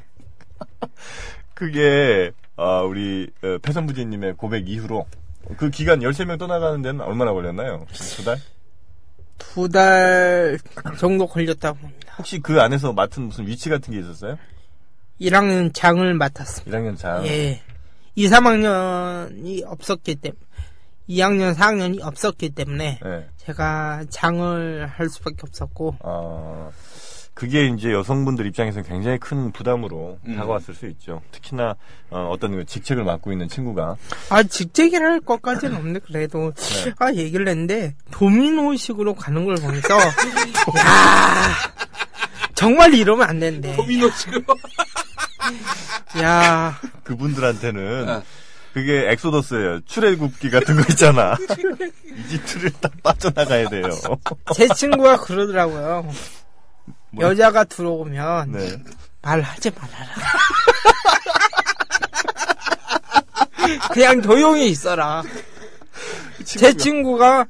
Speaker 2: 그게 아, 우리 어, 패선부지님의 고백 이후로 그 기간 13명 떠나가는 데는 얼마나 걸렸나요? 두 달?
Speaker 3: 두 달 정도 걸렸다고 봅니다.
Speaker 2: 혹시 그 안에서 맡은 무슨 위치 같은 게 있었어요?
Speaker 3: 1학년 장을 맡았습니다.
Speaker 2: 1학년 장.
Speaker 3: 예. 2, 3학년이 없었기 때문에, 2학년, 4학년이 없었기 때문에,
Speaker 2: 예.
Speaker 3: 제가 장을 할 수밖에 없었고,
Speaker 2: 아, 그게 이제 여성분들 입장에서는 굉장히 큰 부담으로
Speaker 4: 음.
Speaker 2: 다가왔을 수 있죠. 특히나 어, 어떤 그 직책을 맡고 있는 친구가
Speaker 3: 아, 직책이라 할 것까지는 없는데, 그래도, 아, 얘기를 했는데, 도미노식으로 가는 걸 보면서, 야 정말 이러면 안 되는데,
Speaker 4: 도미노 지금
Speaker 3: 야
Speaker 2: 그분들한테는
Speaker 3: 네.
Speaker 4: 아.
Speaker 2: 그게 엑소더스예요. 출애굽기 같은 거
Speaker 3: [LAUGHS]
Speaker 2: 있잖아. 이집트를 딱 빠져나가야 돼요.
Speaker 3: 제 친구가 그러더라고요.
Speaker 2: 뭐요?
Speaker 3: 여자가 들어오면,
Speaker 2: 네.
Speaker 3: 말하지 말아라. 그냥 조용히 있어라. 제 친구가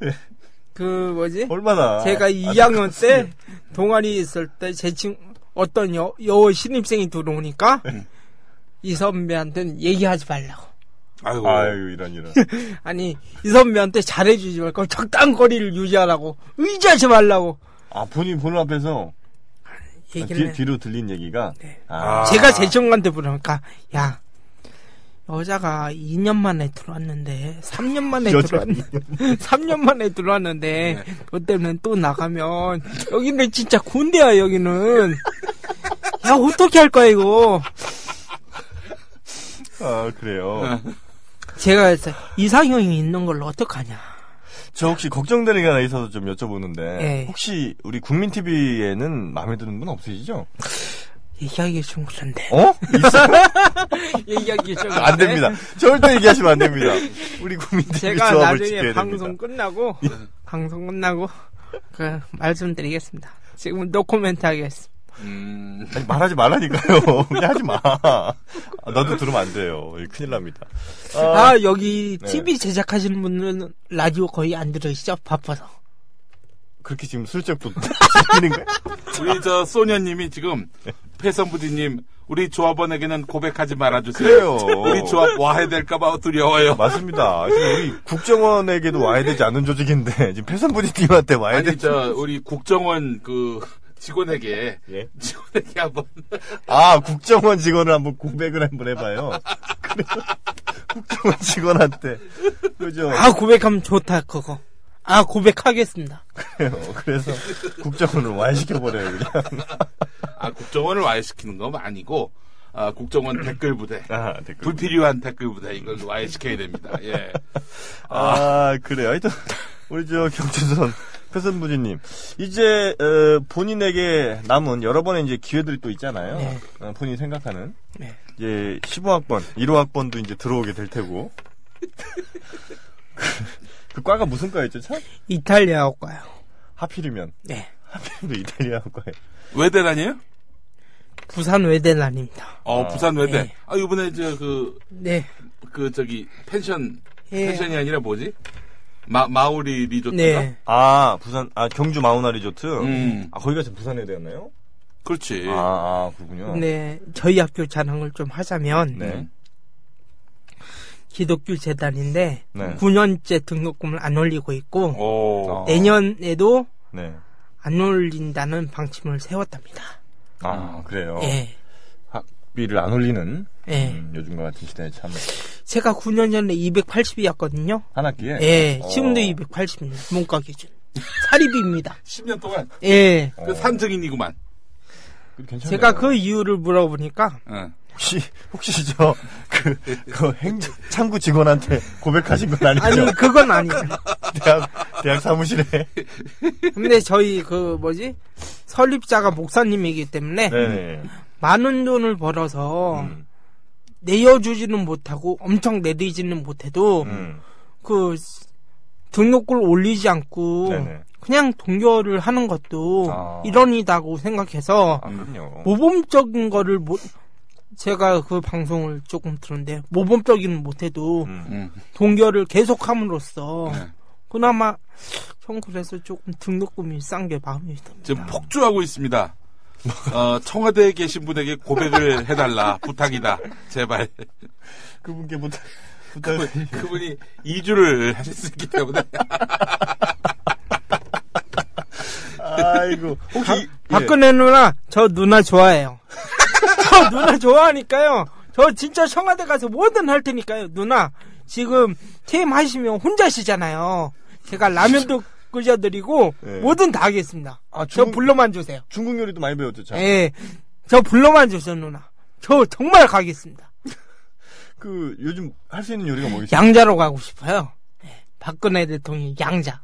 Speaker 3: 그 뭐지?
Speaker 2: 얼마나
Speaker 3: 제가 2학년 때 동아리 있을 때 제 친구 어떤 여, 여 신입생이 들어오니까
Speaker 2: 네.
Speaker 3: 이 선배한테는 얘기하지 말라고.
Speaker 4: 아이고
Speaker 2: 아유 이런 이런.
Speaker 3: 아니 이 선배한테 잘해주지 말고 적당거리를 유지하라고 의지하지 말라고
Speaker 2: 아 본인 보는 앞에서
Speaker 3: 얘기를.
Speaker 2: 뒤,
Speaker 3: 해.
Speaker 2: 로 들린 얘기가
Speaker 3: 네.
Speaker 2: 아,
Speaker 3: 제가 제 친구한테 물으니까 그러니까, 야 여자가 2년 만에 들어왔는데 3년 만에
Speaker 2: 여자
Speaker 3: 들어왔는데 [LAUGHS] 3년 만에 네. 들어왔는데 그때는 또 나가면 여기는 진짜 군대야 여기는 야 어떻게 할 거야 이거
Speaker 2: 아,
Speaker 3: 네.
Speaker 2: 그래요.
Speaker 3: 제가 그래서 이상형이 있는 걸로 어떡하냐
Speaker 2: 저 혹시 걱정되는 게 하나 있어서 좀 여쭤보는데
Speaker 3: 예.
Speaker 2: 혹시 우리 국민 TV에는 마음에 드는 분 없으시죠?
Speaker 3: 얘기하기 좀 그런데
Speaker 2: 어? 있어요?
Speaker 3: [LAUGHS] 얘기하기 좀 그런데
Speaker 2: 안
Speaker 3: [LAUGHS]
Speaker 2: 됩니다. 절대 얘기하시면 안 됩니다. 우리 국민 TV
Speaker 3: 네. 제가
Speaker 2: 조합을
Speaker 3: 나중에
Speaker 2: 지켜야
Speaker 3: 방송
Speaker 2: 됩니다.
Speaker 3: 끝나고 예. 방송 끝나고 그 말씀드리겠습니다 지금 노코멘트 하겠습니다
Speaker 4: 음.
Speaker 2: 아니, 말하지 말라니까요. [LAUGHS] 그냥 하지 마. 아, 나도 들으면 안 돼요. 이거 큰일 납니다. 아,
Speaker 3: 아 여기
Speaker 2: 네.
Speaker 3: TV 제작하시는 분들은 라디오 거의 안 들으시죠? 바빠서
Speaker 2: 그렇게 지금 슬쩍 또 죽이는 거야?
Speaker 4: 우리 저 소녀님이 지금 패선부지님 우리 조합원에게는 고백하지 말아주세요.
Speaker 2: 그래요.
Speaker 4: 우리 조합 와해 될까봐 두려워요.
Speaker 2: 아, 맞습니다. 지금 우리 국정원에게도 와야 되지 않은 조직인데 지금 패선부지님한테 와야
Speaker 4: 아니
Speaker 2: 되지.
Speaker 4: 저 우리 국정원 그 직원에게
Speaker 2: 예?
Speaker 4: 직원에게 한번
Speaker 2: 아, 국정원 직원을 한번 고백을 한번 해봐요. 그래요. 국정원 직원한테. 그죠?
Speaker 3: 아 고백하면 좋다 그거 아 고백하겠습니다
Speaker 2: 그래요. 그래서 국정원을 와해시켜버려요, 그냥.
Speaker 4: 아 국정원을 와해시키는 건 아니고 아, 국정원 댓글 부대
Speaker 2: 아, 댓글.
Speaker 4: 불필요한 댓글 부대 이걸 와해시켜야 됩니다. 예.
Speaker 2: 아, 그래요. 하여튼, 우리 저 경춘선, 패선부지님. 이제, 어, 본인에게 남은 여러 번의 이제 기회들이 또 있잖아요.
Speaker 3: 네.
Speaker 2: 어, 본인이 생각하는.
Speaker 3: 네.
Speaker 2: 이제 15학번, 1호학번도 이제 들어오게 될 테고. 그 과가 무슨 과였죠, 참?
Speaker 3: 이탈리아어과요
Speaker 2: 하필이면.
Speaker 3: 네
Speaker 2: 하필이면 이탈리아 과에.
Speaker 4: 외대 아니에요?
Speaker 3: 부산 외대는 아닙니다
Speaker 4: 어 부산 외대.
Speaker 3: 예.
Speaker 4: 아 이번에 저그그
Speaker 3: 네
Speaker 4: 그 저기 펜션
Speaker 3: 예.
Speaker 4: 펜션이 아니라 뭐지? 마 마오리 리조트인가?
Speaker 3: 네.
Speaker 2: 아, 부산, 아, 경주 마우나 리조트?
Speaker 4: 음. 예.
Speaker 2: 아, 거기가 지금 부산에 대였나요?
Speaker 4: 그렇지.
Speaker 2: 아, 아, 그렇군요.
Speaker 3: 네, 저희 학교 자랑을 좀 하자면
Speaker 2: 네.
Speaker 3: 기독교 재단인데
Speaker 2: 네.
Speaker 3: 9년째 등록금을 안 올리고 있고
Speaker 4: 오.
Speaker 2: 어.
Speaker 3: 내년에도
Speaker 2: 네.
Speaker 3: 안 올린다는 방침을 세웠답니다.
Speaker 2: 아, 그래요.
Speaker 3: 예,
Speaker 2: 학비를 안 올리는
Speaker 3: 예.
Speaker 2: 음, 요즘과 같은 시대에 참.
Speaker 3: 제가 9년 전에 280이었거든요.
Speaker 2: 한 학기에?
Speaker 3: 예, 지금도
Speaker 2: 어.
Speaker 3: 280입니다. 문과 기준. 사립입니다.
Speaker 4: 십 년 동안
Speaker 3: 예.
Speaker 4: 그 산증인이구만.
Speaker 6: 괜찮네요.
Speaker 3: 제가 그 이유를 물어보니까
Speaker 4: 어.
Speaker 2: 혹시 혹시 저그 그 행 창구 직원한테 고백하신 건 아니죠?
Speaker 3: 아니 그건 아니죠.
Speaker 2: 대학 대학 사무실에
Speaker 3: 근데 저희 그 뭐지 설립자가 목사님이기 때문에
Speaker 6: 네네.
Speaker 3: 많은 돈을 벌어서
Speaker 6: 음.
Speaker 3: 내어주지는 못하고 엄청 내리지는 못해도
Speaker 6: 음.
Speaker 3: 그 등록을 올리지 않고
Speaker 6: 네네.
Speaker 3: 그냥 동결을 하는 것도
Speaker 6: 아.
Speaker 3: 일원이다고 생각해서
Speaker 6: 아, 그럼요.
Speaker 3: 모범적인 거를 못 제가 그 방송을 조금 들었는데 모범적인 못해도
Speaker 6: 음.
Speaker 4: 음.
Speaker 3: 동결을 계속함으로써
Speaker 4: 네.
Speaker 3: 그나마 형 그래서 조금 등록금이 싼 게 마음이 듭니다.
Speaker 4: 지금 폭주하고 있습니다. 어, 청와대에 계신 분에게 고백을
Speaker 3: [LAUGHS]
Speaker 4: 해달라 부탁이다 제발
Speaker 2: 그분께 부탁 부탁
Speaker 4: 그분이 이주를 하셨기 때문에
Speaker 2: 아이고 혹시 예. 이-
Speaker 3: 박근혜 누나 저 누나 좋아해요. 저 누나 좋아하니까요. 저 진짜 청와대 가서 뭐든 할 테니까요. 누나 지금 팀 하시면 혼자시잖아요. 제가 라면도 끓여드리고
Speaker 2: 네.
Speaker 3: 뭐든 다 하겠습니다.
Speaker 2: 아,
Speaker 3: 저
Speaker 2: 중국-
Speaker 3: 불러만 주세요.
Speaker 2: 중국 요리도 많이 배웠죠. 참.
Speaker 3: 예, 저 불러만 주세요 누나. 저 정말 가겠습니다.
Speaker 2: 그 요즘 할 수 있는 요리가 뭐겠어요?
Speaker 3: 양자로 가고 싶어요. 예, 박근혜 대통령 양자.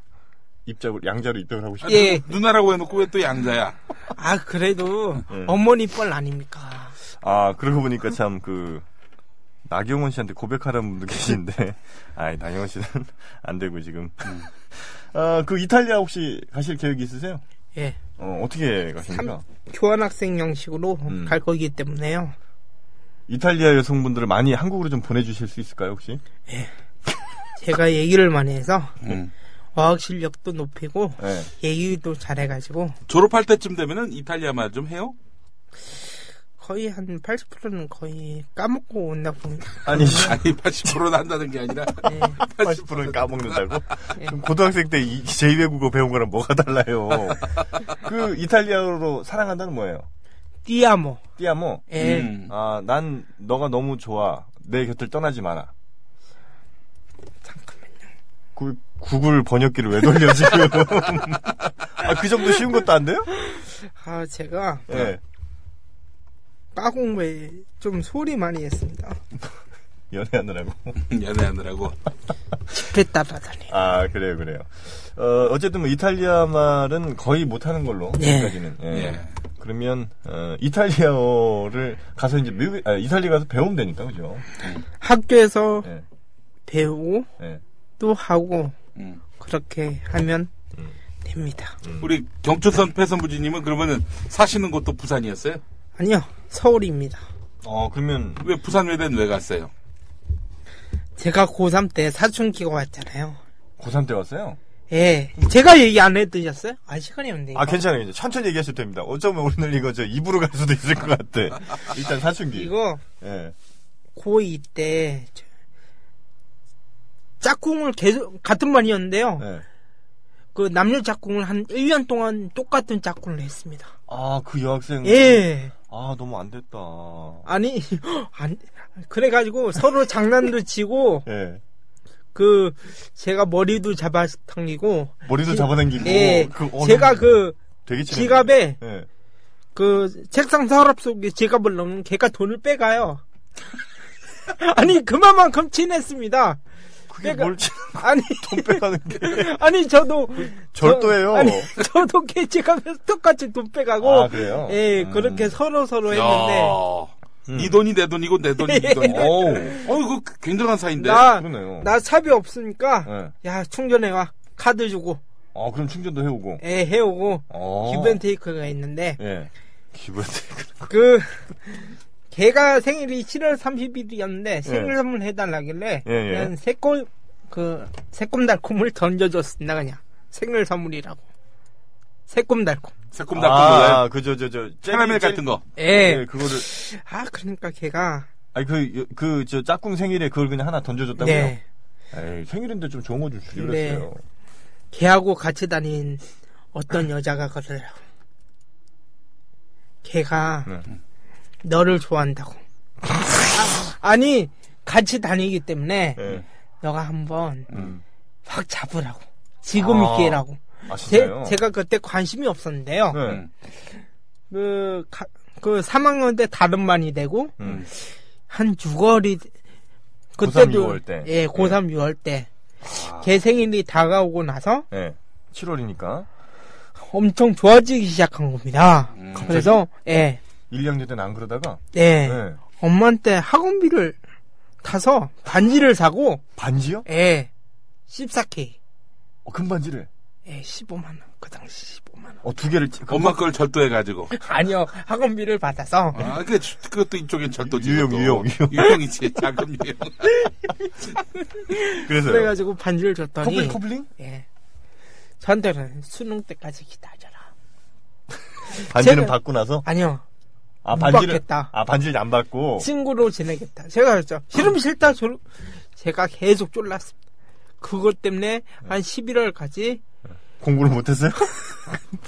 Speaker 2: 입자로 양자로 입덕을 하고 싶어요.
Speaker 3: 예.
Speaker 4: 누나라고 해놓고 왜 또 양자야
Speaker 3: 아 그래도 어머니 뻘 아닙니까?
Speaker 6: 아, 그러고 보니까 참 그, 나경원 씨한테 고백하라는 분도 계신데, [LAUGHS] 아이, 나경원 씨는 [LAUGHS] 안 되고 지금.
Speaker 2: 아, 그 이탈리아 혹시 가실 계획이 있으세요?
Speaker 3: 예.
Speaker 6: 어, 어떻게 가십니까?
Speaker 3: 교환학생 형식으로
Speaker 6: 음.
Speaker 3: 갈 거기 때문에요.
Speaker 6: 이탈리아 여성분들을 많이 한국으로 좀 보내주실 수 있을까요, 혹시?
Speaker 3: 제가 얘기를 많이 해서
Speaker 4: 음.
Speaker 3: 어학 실력도 높이고
Speaker 6: 네.
Speaker 3: 얘기도 잘해가지고
Speaker 4: 졸업할 때쯤 되면은 이탈리아 말 좀 해요
Speaker 3: 거의 한 80%는 거의 까먹고 온다 봅니다. 예.
Speaker 2: 아니,
Speaker 4: 아니 [LAUGHS] 80%는 한다는 게 아니라
Speaker 2: 80%는 까먹는다고? 그럼 고등학생 때 이- 제2외국어 배운 거랑 뭐가 달라요? 그 이탈리아어로 사랑한다는 뭐예요?
Speaker 3: 띠아모.
Speaker 6: 띠아모.
Speaker 3: 예.
Speaker 4: 음.
Speaker 6: 아, 난 너가 너무 좋아. 내 곁을 떠나지 마라.
Speaker 2: 구, 구글 번역기를 왜 돌려, 지금? [LAUGHS] 아, 그 정도 쉬운 것도 안 돼요?
Speaker 3: 아 제가
Speaker 2: 예.
Speaker 3: 까공부에 좀 소리 많이 했습니다.
Speaker 2: 연애하느라고.
Speaker 4: 연애하느라고
Speaker 3: 집에 따라다니.
Speaker 2: 아, 그래요, 그래요. 어, 어쨌든 뭐 이탈리아 말은 거의 못하는 걸로.
Speaker 3: 예.
Speaker 2: 지금까지는. 예.
Speaker 4: 예.
Speaker 2: 그러면, 어, 이탈리아어를 가서 이제 미국, 아, 이탈리아 가서 배우면 되니까, 그죠?
Speaker 3: 학교에서
Speaker 2: 예.
Speaker 3: 배우고
Speaker 2: 예.
Speaker 3: 또 하고
Speaker 4: 음.
Speaker 3: 그렇게 하면
Speaker 2: 음.
Speaker 3: 됩니다.
Speaker 4: 우리 경춘선 패선부지님은 그러면은 사시는 곳도 부산이었어요
Speaker 3: 아니요 서울입니다.
Speaker 2: 어, 그러면
Speaker 4: 왜 부산 외대는 왜 갔어요
Speaker 3: 제가 고3 때 사춘기가 왔잖아요.
Speaker 2: 고3 때 왔어요?
Speaker 3: 예. 제가 얘기 안 해드셨어요? 아, 시간이 없네.
Speaker 2: 아, 괜찮아요. 이제 천천히 얘기하셔도 됩니다. 어쩌면 오늘 이거 저 입으로 갈 수도 있을 것 같아. 일단 사춘기.
Speaker 3: 이거,
Speaker 2: 예.
Speaker 3: 고2 때, 저- 짝꿍을 계속, 같은 반이었는데요.
Speaker 2: 예.
Speaker 3: 그 남녀 짝꿍을 한 1년 동안 똑같은 짝꿍을 했습니다.
Speaker 2: 아, 그 여학생.
Speaker 3: 예.
Speaker 2: 아, 너무 안 됐다.
Speaker 3: 아니, [LAUGHS] 안, 그래가지고 서로 장난도 치고,
Speaker 2: 예.
Speaker 3: 그, 제가 머리도 잡아당기고,
Speaker 2: 머리도 잡아당기고.
Speaker 3: 예.
Speaker 2: 그 어느-
Speaker 3: 제가 그,
Speaker 2: 되게 친했네.
Speaker 3: 지갑에
Speaker 2: 예.
Speaker 3: 그 책상 서랍 속에 지갑을 넣으면 걔가 돈을 빼가요. [LAUGHS] 아니 그만큼 친했습니다.
Speaker 2: 그게
Speaker 3: 내가-
Speaker 2: 뭘 친-
Speaker 3: 아니 [LAUGHS]
Speaker 2: 돈 빼가는 게.
Speaker 3: 아니 저도
Speaker 2: 절도예요.
Speaker 3: 저, 아니 [LAUGHS] 저도 걔 지갑에서 똑같이 돈 빼가고
Speaker 2: 아, 그래요?
Speaker 3: 예
Speaker 2: 음.
Speaker 3: 그렇게 서로 서로 했는데
Speaker 4: 야, 네 돈이 내 돈이고 내 돈이 네 돈이다
Speaker 2: [LAUGHS] 어우.
Speaker 4: 어, 그 굉장한 사이인데
Speaker 3: 나 나
Speaker 2: 그러네요.
Speaker 3: 삽이 없으니까
Speaker 2: 예.
Speaker 3: 야 충전해 와 카드 주고
Speaker 2: 아, 그럼 충전도 해오고.
Speaker 3: 예 해오고
Speaker 2: 어.
Speaker 3: 기브앤테이크가 있는데
Speaker 2: 예. 기브앤테이크.
Speaker 3: 그 걔가 생일이 7월 30일이었는데 생일 선물 해달라길래
Speaker 2: 예, 예.
Speaker 3: 그냥 새콤 그 새콤달콤을 던져줬습니다 그냥 생일 선물이라고 새콤달콤
Speaker 4: 새콤달콤 아,
Speaker 2: 그, 저, 저, 저.
Speaker 4: 캐러멜 같은 거
Speaker 2: 예,
Speaker 3: 예아
Speaker 2: 그거를.
Speaker 3: 그러니까 걔가
Speaker 2: 아니, 그, 그, 저, 짝꿍 생일에 그걸 그냥 하나 던져줬다고요?
Speaker 3: 네
Speaker 2: 에이, 생일인데 좀 좋은 거 좀 주려고
Speaker 3: 네.
Speaker 2: 그랬어요.
Speaker 3: 걔하고 같이 다닌 어떤 여자가 그러더라고 걔가
Speaker 2: 네. [LAUGHS]
Speaker 3: 너를 좋아한다고 아, 아니 같이 다니기 때문에
Speaker 2: 예.
Speaker 3: 너가 한번
Speaker 2: 음.
Speaker 3: 확 잡으라고. 지금
Speaker 2: 아,
Speaker 3: 기회라고.
Speaker 2: 아,
Speaker 3: 제,
Speaker 2: 진짜요? 음.
Speaker 3: 제가 그때 관심이 없었는데요.
Speaker 2: 네.
Speaker 4: 음.
Speaker 3: 그, 가- 그 3학년 때 다름만이 되고
Speaker 7: 음.
Speaker 3: 한 6월이
Speaker 7: 고삼
Speaker 3: 그때도
Speaker 7: 유월 때.
Speaker 3: 예, 고3 6월 때. 개 생일이 다가오고 나서
Speaker 2: 네.
Speaker 7: 예. 7월이니까.
Speaker 3: 엄청 좋아지기 시작한 겁니다. 그래서 예.
Speaker 7: 1, 2학년 때는 안 그러다가
Speaker 3: 예.
Speaker 2: 네.
Speaker 7: 예.
Speaker 3: 엄마한테 학원비를 타서 반지를 사고
Speaker 7: 반지요?
Speaker 3: 예. 14K.
Speaker 7: 어, 금반지를.
Speaker 3: 예, 15만 원. 그 당시 15만 원.
Speaker 7: 어, 두 개를 찌-
Speaker 4: 엄마 걸 절도해가지고.
Speaker 3: 아니요. 학원비를 받아서
Speaker 4: 아, 그, 그것도 이쪽엔 절도지.
Speaker 2: 유형,
Speaker 4: 그것도.
Speaker 2: 유형, 유형.
Speaker 4: 유형이지, 작은 유형.
Speaker 2: 그래서
Speaker 3: 그래 가지고 반지를 줬더니
Speaker 7: 커플링 커플링?
Speaker 3: 예. 저한테는 수능 때까지 기다려라.
Speaker 2: 반지는
Speaker 3: 제가-
Speaker 2: 받고 나서
Speaker 3: 아니요.
Speaker 2: 아
Speaker 3: 못
Speaker 2: 반지를
Speaker 3: 받겠다.
Speaker 2: 아 반지를 안
Speaker 4: 어.
Speaker 2: 받고
Speaker 3: 친구로 지내겠다. 제가 그랬죠.
Speaker 4: 아.
Speaker 3: 싫으면 싫다. 졸... 제가 계속 쫄랐습니다. 그것 때문에 한 11월까지
Speaker 2: 공부를 [LAUGHS] 못했어요?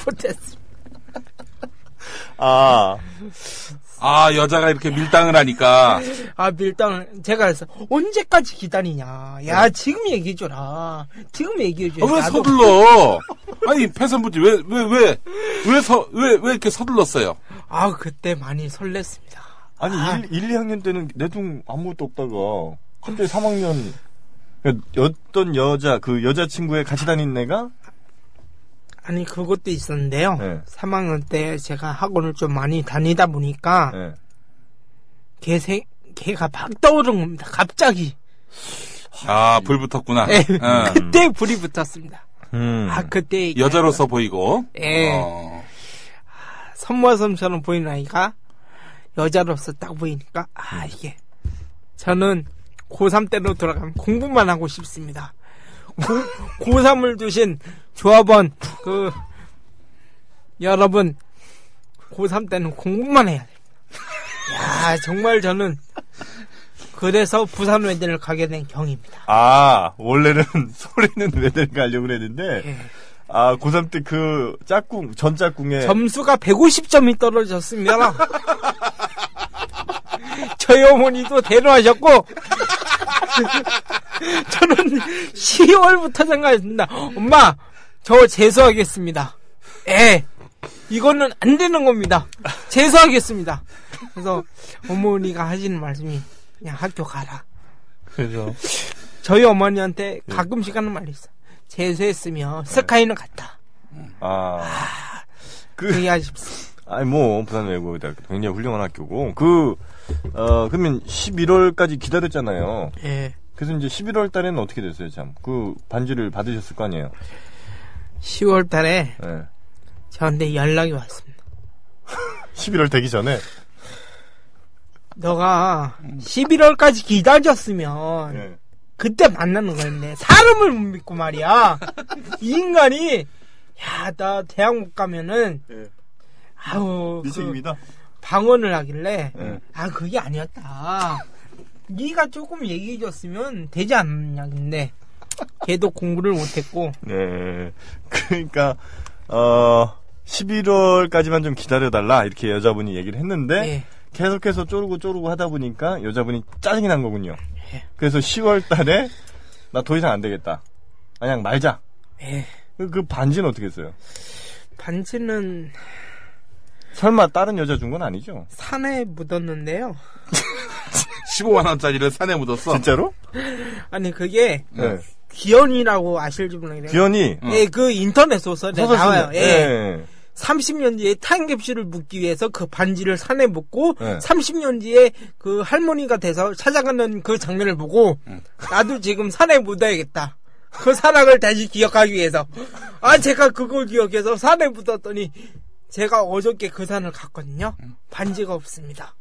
Speaker 3: 못했습니다.
Speaker 2: 아
Speaker 4: 아, 여자가 이렇게 밀당을 하니까.
Speaker 3: 아, 밀당을. 제가 그래서 언제까지 기다리냐. 야, 지금 얘기해줘라. 지금 얘기해줘라.
Speaker 4: 네. 아, 왜 서둘러? 아니, 패선부지, 왜, 왜, 왜, 왜 서, 왜, 왜 이렇게 서둘렀어요?
Speaker 3: 아, 그때 많이 설렜습니다.
Speaker 2: 아니
Speaker 3: 아.
Speaker 2: 1, 1, 2학년 때는 내 돈 아무것도 없다가 갑자기 3학년 어떤 여자 그 여자친구의 같이 다닌 애가
Speaker 3: 아니, 그것도 있었는데요.
Speaker 2: 네.
Speaker 3: 3학년 때 제가 학원을 좀 많이 다니다 보니까
Speaker 4: 네.
Speaker 2: 예.
Speaker 3: 걔 생, 걔가 막 떠오른 겁니다. 갑자기.
Speaker 4: 아, 불 붙었구나.
Speaker 3: 예.
Speaker 4: 어.
Speaker 3: 그때 불이 붙었습니다.
Speaker 2: 음.
Speaker 3: 아, 그때. 얘기할
Speaker 4: 여자로서 보이고.
Speaker 3: 예.
Speaker 4: 어.
Speaker 3: 선모섬처럼 보이는 아이가 여자로서 딱 보이니까
Speaker 4: 음.
Speaker 3: 아 이게 저는 고3 때로 돌아가면 공부만 하고 싶습니다. 고, 고3을 두신 조합원 그 여러분 고3 때는 공부만 해야 됩니다. 야 정말 저는 그래서 부산 외대를 가게 된 경입니다.
Speaker 2: 아, 원래는 [LAUGHS] 소리는 외대를 가려고 그랬는데,
Speaker 3: 예.
Speaker 2: 아, 고3 때 그 짝꿍, 전 짝꿍에.
Speaker 3: 점수가 150점이 떨어졌습니다. [LAUGHS] 저희 어머니도 대로하셨고 [LAUGHS] 저는 10월부터 생각했습니다. 엄마, 저 재수하겠습니다. 에, 이거는 안 되는 겁니다. 재수하겠습니다. 그래서 어머니가 하시는 말씀이 그냥 학교 가라.
Speaker 2: 그래서.
Speaker 3: 저희 어머니한테 가끔씩 하는 말이 있어. 재수했으면 스카이는 갔다.
Speaker 2: 아,
Speaker 3: 그게 아쉽습니다.
Speaker 2: 아니, 뭐, 부산 외고다 굉장히 훌륭한 학교고. 그, 어, 그러면 11월까지 기다렸잖아요.
Speaker 3: 예.
Speaker 2: 그래서 이제 11월 달에는 어떻게 됐어요, 참? 그 반지를 받으셨을 거 아니에요?
Speaker 3: 10월 달에
Speaker 2: 예.
Speaker 3: 저한테 연락이 왔습니다.
Speaker 2: 11월 되기 전에.
Speaker 3: 너가 11월까지 기다렸으면
Speaker 2: 예.
Speaker 3: 그때 만나는 거였네. 사람을 못 믿고 말이야. 이 인간이 야 나 대학 못 가면은
Speaker 2: 예.
Speaker 3: 아우
Speaker 2: 네
Speaker 3: 그
Speaker 2: 책임이다.
Speaker 3: 방언을 하길래
Speaker 2: 예.
Speaker 3: 아 그게 아니었다. 네가 조금 얘기해 줬으면 되지 않느냐 근데 걔도 공부를 못했고
Speaker 2: 네. 그러니까, 어, 11월까지만 좀 기다려달라, 이렇게 여자분이 얘기를 했는데,
Speaker 3: 예.
Speaker 2: 계속해서 쪼르고 쪼르고 하다 보니까 여자분이 짜증이 난 거군요.
Speaker 3: 예.
Speaker 2: 그래서 10월 달에, 나 더 이상 안 되겠다. 그냥 말자.
Speaker 3: 예.
Speaker 2: 그, 그 반지는 어떻게 했어요?
Speaker 3: 반지는
Speaker 2: 설마 다른 여자 준 건 아니죠?
Speaker 3: 산에 묻었는데요.
Speaker 4: 15만원짜리를 산에 묻었어.
Speaker 2: 진짜로?
Speaker 3: 아니 그게
Speaker 2: 네.
Speaker 3: 기현이라고 아실지 모르겠네요.
Speaker 2: 기현이
Speaker 3: 예, 그 인터넷 소설에
Speaker 2: 서서
Speaker 3: 나와요.
Speaker 2: 쓴-
Speaker 3: 예.
Speaker 2: 예.
Speaker 3: 30년 뒤에 타임캡슐을 묻기 위해서 그 반지를 산에 묻고
Speaker 2: 예.
Speaker 3: 30년 뒤에 그 할머니가 돼서 찾아가는 그 장면을 보고
Speaker 2: 음.
Speaker 3: 나도 지금 산에 묻어야겠다. 그 사랑을 다시 기억하기 위해서. 아, 제가 그걸 기억해서 산에 묻었더니 제가 어저께 그 산을 갔거든요.
Speaker 2: 음.
Speaker 3: 반지가 없습니다.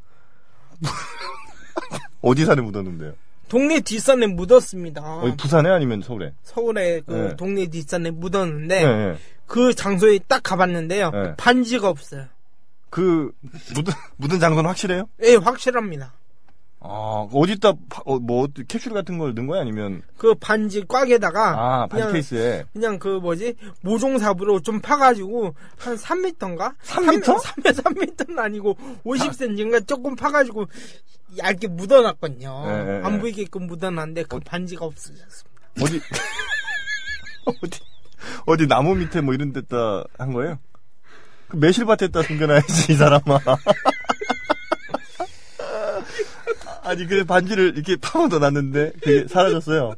Speaker 2: 어디 산에 묻었는데요?
Speaker 3: 동네 뒷산에 묻었습니다.
Speaker 2: 어디 부산에 아니면 서울에?
Speaker 3: 서울에 그
Speaker 2: 예.
Speaker 3: 동네 뒷산에 묻었는데
Speaker 2: 예, 예.
Speaker 3: 그 장소에 딱 가봤는데요.
Speaker 2: 예.
Speaker 3: 반지가 없어요.
Speaker 2: 그,
Speaker 3: [LAUGHS]
Speaker 2: 묻은, 묻은 장소는 확실해요?
Speaker 3: 예, 확실합니다.
Speaker 2: 아, 어디다, 파- 어, 뭐, 어디- 캡슐 같은 걸 넣은 거야? 아니면,
Speaker 3: 그 반지 꽉에다가
Speaker 2: 아,
Speaker 3: 그냥
Speaker 2: 반지 케이스에.
Speaker 3: 그냥 그 뭐지 모종삽으로 좀 파가지고 한 3m인가?
Speaker 2: 3m?
Speaker 3: 3m 3m는 아니고 50cm인가 조금 파가지고 얇게 묻어놨거든요.
Speaker 2: 예, 예, 예.
Speaker 3: 안 보이게끔 묻어놨는데 그 반지가 없어졌습니다. [LAUGHS]
Speaker 2: 어디, 어디, 어디 나무 밑에 뭐 이런 데다 한 거예요? 그 매실밭에다 숨겨놔야지, 이 사람아. [LAUGHS] 아니 그래 반지를 이렇게 파묻어 놨는데 그게 사라졌어요.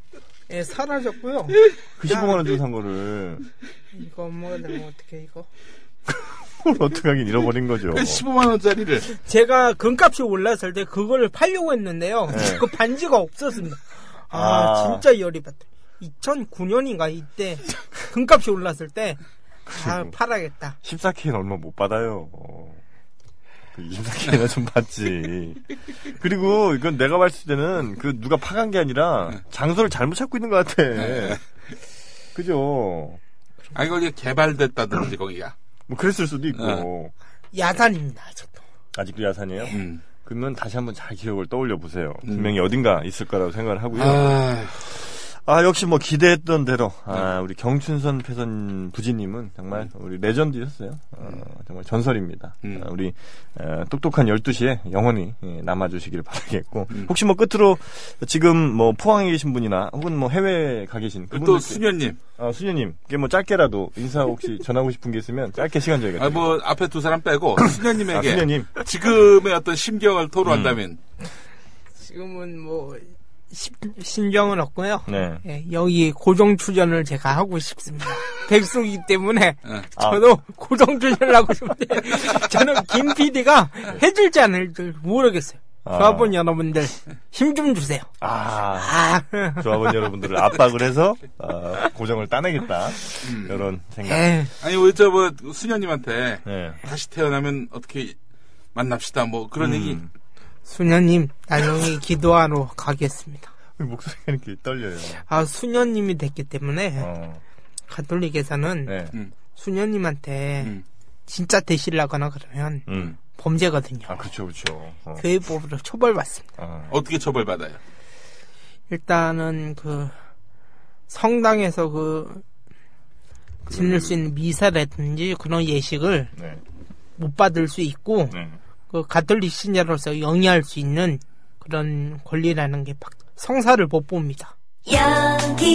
Speaker 2: [LAUGHS]
Speaker 3: 예, 사라졌고요.
Speaker 2: 그 15만 원 주고 산 거를
Speaker 3: 이거 뭐가 되면 어떻게 이거?
Speaker 2: 그걸 어떻게 하긴 잃어버린 거죠.
Speaker 3: 그
Speaker 4: 15만원짜리를.
Speaker 3: 제가 금값이 올랐을 때 그걸 팔려고 했는데요. [LAUGHS] 그 반지가 없었습니다. 아,
Speaker 2: 아.
Speaker 3: 진짜 열이 받다. 2009년인가 이때 금값이 올랐을 때 아, 팔아야겠다.
Speaker 2: 14K는 얼마 못 받아요. 어. 24K나 좀 받지. 그리고 이건 내가 봤을 때는 그 누가 파간 게 아니라 장소를 잘못 찾고 있는 것 같아. 그죠?
Speaker 4: 아니, 거기 개발됐다든지, 거기가.
Speaker 2: 뭐 그랬을 수도 있고.
Speaker 3: 야단입니다. 아직도.
Speaker 2: 아직도 야산이에요?
Speaker 4: 네. 음.
Speaker 2: 그러면 다시 한번 잘 기억을 떠올려 보세요. 분명히 어딘가 있을 거라고 생각을 하고요.
Speaker 4: 아,
Speaker 2: 아 역시 뭐 기대했던 대로
Speaker 4: 네.
Speaker 2: 아, 우리 경춘선 패선 부지님은 정말 우리 레전드였어요. 어, 정말 전설입니다.
Speaker 4: 음.
Speaker 2: 아, 우리 어, 똑똑한 12시에 영원히 예, 남아주시길 바라겠고
Speaker 4: 음.
Speaker 2: 혹시 뭐 끝으로 지금 뭐 포항에 계신 분이나 혹은 뭐 해외에 가 계신
Speaker 4: 또
Speaker 2: 그분들
Speaker 4: 수녀님.
Speaker 2: 아, 수녀님 이게 뭐 짧게라도 인사 혹시 전하고 싶은 게 있으면 짧게 시간
Speaker 4: 아,
Speaker 2: 줘야겠다.
Speaker 4: 뭐, 앞에 두 사람 빼고,
Speaker 2: 아,
Speaker 4: 수녀님에게
Speaker 2: 수녀님 음.
Speaker 4: 지금의 어떤 심경을 토로한다면,
Speaker 3: 지금은 뭐 심, 심정은 없고요.
Speaker 2: 네.
Speaker 3: 예, 여기 고정 출연을 제가 하고 싶습니다. 백수기 때문에
Speaker 4: 예.
Speaker 3: 저도 고정 출연을 하고 싶은데 저는 김 PD가 해줄지 안 할지 모르겠어요.
Speaker 2: 아.
Speaker 3: 조합원 여러분들 힘 좀 주세요.
Speaker 2: 아
Speaker 3: 아,
Speaker 2: 조합원 여러분들을 압박을 해서 아, 고정을 따내겠다
Speaker 4: 음.
Speaker 2: 이런 생각.
Speaker 3: 예.
Speaker 4: 아니, 우리 저, 뭐, 수녀님한테
Speaker 2: 네.
Speaker 4: 다시 태어나면 어떻게 만납시다, 뭐,
Speaker 2: 음.
Speaker 4: 그런 얘기.
Speaker 3: 수녀님
Speaker 2: [LAUGHS]
Speaker 3: 나중에 기도하러 가겠습니다.
Speaker 2: 목소리가 이렇게 떨려요.
Speaker 3: 아 수녀님이 됐기 때문에
Speaker 2: 어.
Speaker 3: 가톨릭에서는
Speaker 2: 네.
Speaker 3: 수녀님한테
Speaker 4: 음.
Speaker 3: 진짜 되시려거나 그러면
Speaker 2: 음.
Speaker 3: 범죄거든요.
Speaker 2: 아, 그렇죠, 그렇죠. 어.
Speaker 3: 교회법으로 처벌받습니다.
Speaker 2: 어.
Speaker 4: 어떻게 처벌받아요?
Speaker 3: 일단은 그 성당에서 그 지낼 수 있는 미사라든지 그런 예식을
Speaker 2: 네.
Speaker 3: 못 받을 수 있고
Speaker 2: 네.
Speaker 3: 그 가톨릭 신자로서 영위할 수 있는 그런 권리라는 게 박- 성사를 못 봅니다.
Speaker 1: 여기